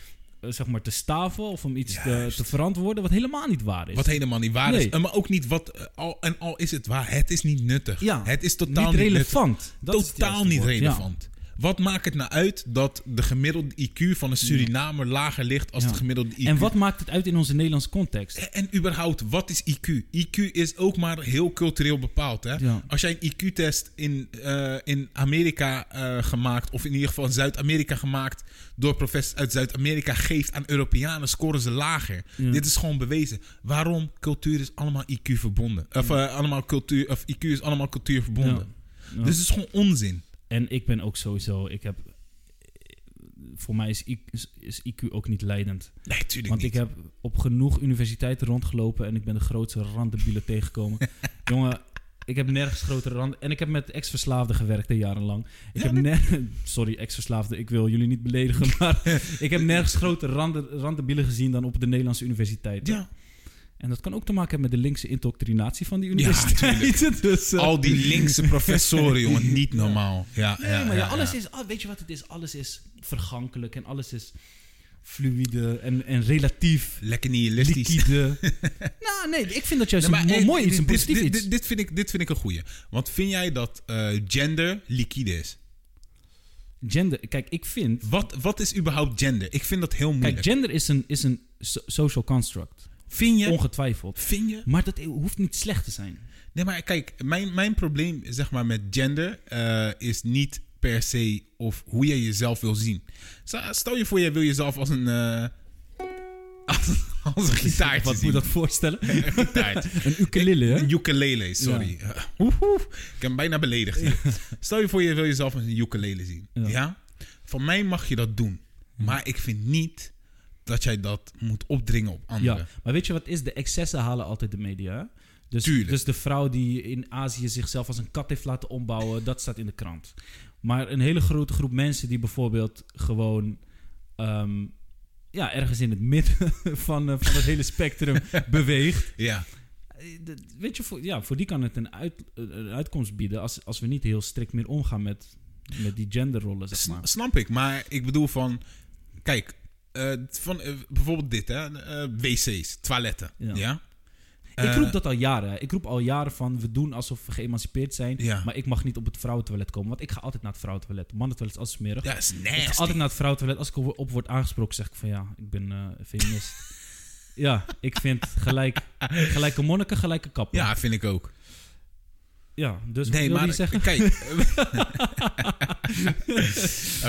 S4: eh, zeg maar, te staven of om iets te,
S5: Juist.
S4: te verantwoorden wat helemaal niet waar is.
S5: Wat helemaal niet waar is.
S4: Nee.
S5: En Maar ook niet wat. eh, Al, en al is het waar, het is niet nuttig.
S4: ja,
S5: het is totaal
S4: niet
S5: niet
S4: relevant. Dat
S5: nuttig.
S4: is het
S5: totaal
S4: juiste
S5: niet
S4: woord, ja.
S5: relevant. Wat maakt het nou uit dat de gemiddelde IQ van een Surinamer lager ligt als
S4: Ja.
S5: de gemiddelde IQ?
S4: En wat maakt het uit in onze Nederlandse context?
S5: En überhaupt, wat is IQ? IQ is ook maar heel cultureel bepaald. Hè?
S4: Ja.
S5: Als jij een IQ-test in, eh, in Amerika eh, gemaakt, of in ieder geval in Zuid-Amerika gemaakt, door professors uit Zuid-Amerika geeft aan Europeanen, scoren ze lager. Dit is gewoon bewezen. Waarom? Cultuur is allemaal IQ verbonden. Of, eh, allemaal cultuur, of IQ is allemaal cultuur verbonden. Dus het is gewoon onzin.
S4: En ik ben ook sowieso, ik heb. Voor mij is IQ, is- is IQ ook niet leidend.
S5: Nee, tuurlijk
S4: Want
S5: niet.
S4: ik heb op genoeg universiteiten rondgelopen en ik ben de grootste randdebielen tegengekomen. Jongen, ik heb nergens grotere rand. En ik heb met ex-verslaafden gewerkt hè, jarenlang. Ik heb ner- Sorry, ex-verslaafden, ik wil jullie niet beledigen. Maar ik heb nergens grotere randen, randebielen gezien dan op de Nederlandse universiteit.
S5: Ja.
S4: En dat kan ook te maken hebben met de linkse indoctrinatie van die universiteit. dus, eh,
S5: Al die linkse professoren, jongen, niet normaal. Ja,
S4: Nee, maar ja, alles is... ah, Weet je wat het is? Alles is vergankelijk en alles is fluïde en, en relatief
S5: Lekker nihilistisch.
S4: liquide. nou, nee, ik vind dat juist
S5: Nee,
S4: een mo-
S5: eh,
S4: mooi iets,
S5: dit-
S4: een positief
S5: dit,
S4: iets.
S5: dit, dit, vind ik, dit vind ik een goeie. Want vind jij dat eh, gender liquide is?
S4: Gender, kijk, ik vind...
S5: Wat, wat is überhaupt gender? Ik vind dat heel moeilijk.
S4: Kijk, gender is een, is een so- social construct,
S5: vind je?
S4: ongetwijfeld.
S5: Vind je?
S4: Maar dat eh, hoeft niet slecht te zijn.
S5: Nee, maar kijk, mijn, mijn probleem zeg maar, met gender eh, is niet per se of hoe jij jezelf wil zien. Sta- Stel je voor, jij wil jezelf als een. eh, als, als een gitaartje
S4: Wat moet
S5: zien.
S4: je dat voorstellen?
S5: Een gitaartje.
S4: een ukulele, hè?
S5: Een ukulele, sorry. Oeh, Ik heb hem bijna beledigd hier. Stel je voor, je wil jezelf als een ukulele zien. Ja. Van mij mag je dat doen. Maar ik vind niet dat jij dat moet opdringen op anderen.
S4: Ja, maar weet je wat is? De excessen halen altijd de media. hè? Dus,
S5: Tuurlijk.
S4: dus de vrouw die in Azië zichzelf als een kat heeft laten ombouwen, dat staat in de krant. Maar een hele grote groep mensen die bijvoorbeeld gewoon ehm, ja, ergens in het midden van, eh, van het hele spectrum beweegt.
S5: Ja.
S4: Eh, dat- Weet je, voor, ja, voor die kan het een, uit, een uitkomst bieden als, als we niet heel strikt meer omgaan met, met die genderrollen, zeg
S5: S-
S4: maar.
S5: Snap ik. Maar ik bedoel van... Kijk, eh, van, eh, bijvoorbeeld dit, hè? eh, wc's, toiletten.
S4: Ja.
S5: Ja.
S4: Ik
S5: Eh,
S4: roep dat al jaren. hè. Ik roep al jaren van we doen alsof we geëmancipeerd zijn.
S5: Ja.
S4: Maar ik mag niet op het vrouwentoilet komen. Want ik ga altijd naar het vrouwentoilet. Mannentoilet is altijd smerig.
S5: Ja, is
S4: Ik ga
S5: nasty.
S4: altijd naar het vrouwentoilet. Als ik op op word aangesproken, zeg ik van ja, ik ben eh, feminist. ja, ik vind gelijk, gelijke monniken, gelijke kappen.
S5: Ja, vind ik ook.
S4: Ja, dus
S5: Nee,
S4: wil
S5: maar
S4: je zeggen?
S5: kijk. Oké,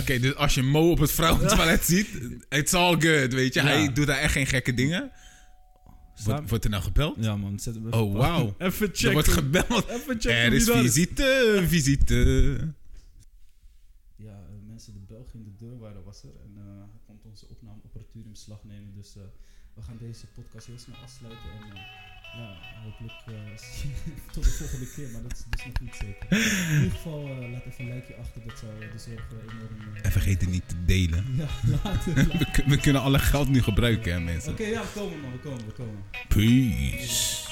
S5: dus als je Mo op het vrouwentoilet ziet, it's all good, weet je.
S4: Ja.
S5: Hij doet daar echt geen gekke dingen.
S4: Staan-
S5: Wordt, wordt er nou gebeld?
S4: Ja man, zet hem even
S5: Oh, wauw.
S4: Even
S5: Er wordt
S4: checken.
S5: gebeld.
S4: Even checken
S5: Er
S4: wie
S5: is
S4: dat is.
S5: visite, visite.
S4: Ja, eh, mensen, de Belg in de deur waren was er. En eh, hij komt onze opnameapparatuur in beslag nemen. Dus eh, we gaan deze podcast heel snel afsluiten. En eh, ja, hopelijk eh, zie je tot de volgende keer. Maar dat is dus nog niet zeker. In ieder geval, eh, laat even een likeje achter. Dat zou eh, de zorg eh, enorm... eh,
S5: En vergeet het niet te delen.
S4: Ja, later. later.
S5: We, kun- we kunnen alle geld nu gebruiken, hè,
S4: Oké,
S5: mensen.
S4: ja, we komen man, we komen, we komen.
S5: Peace.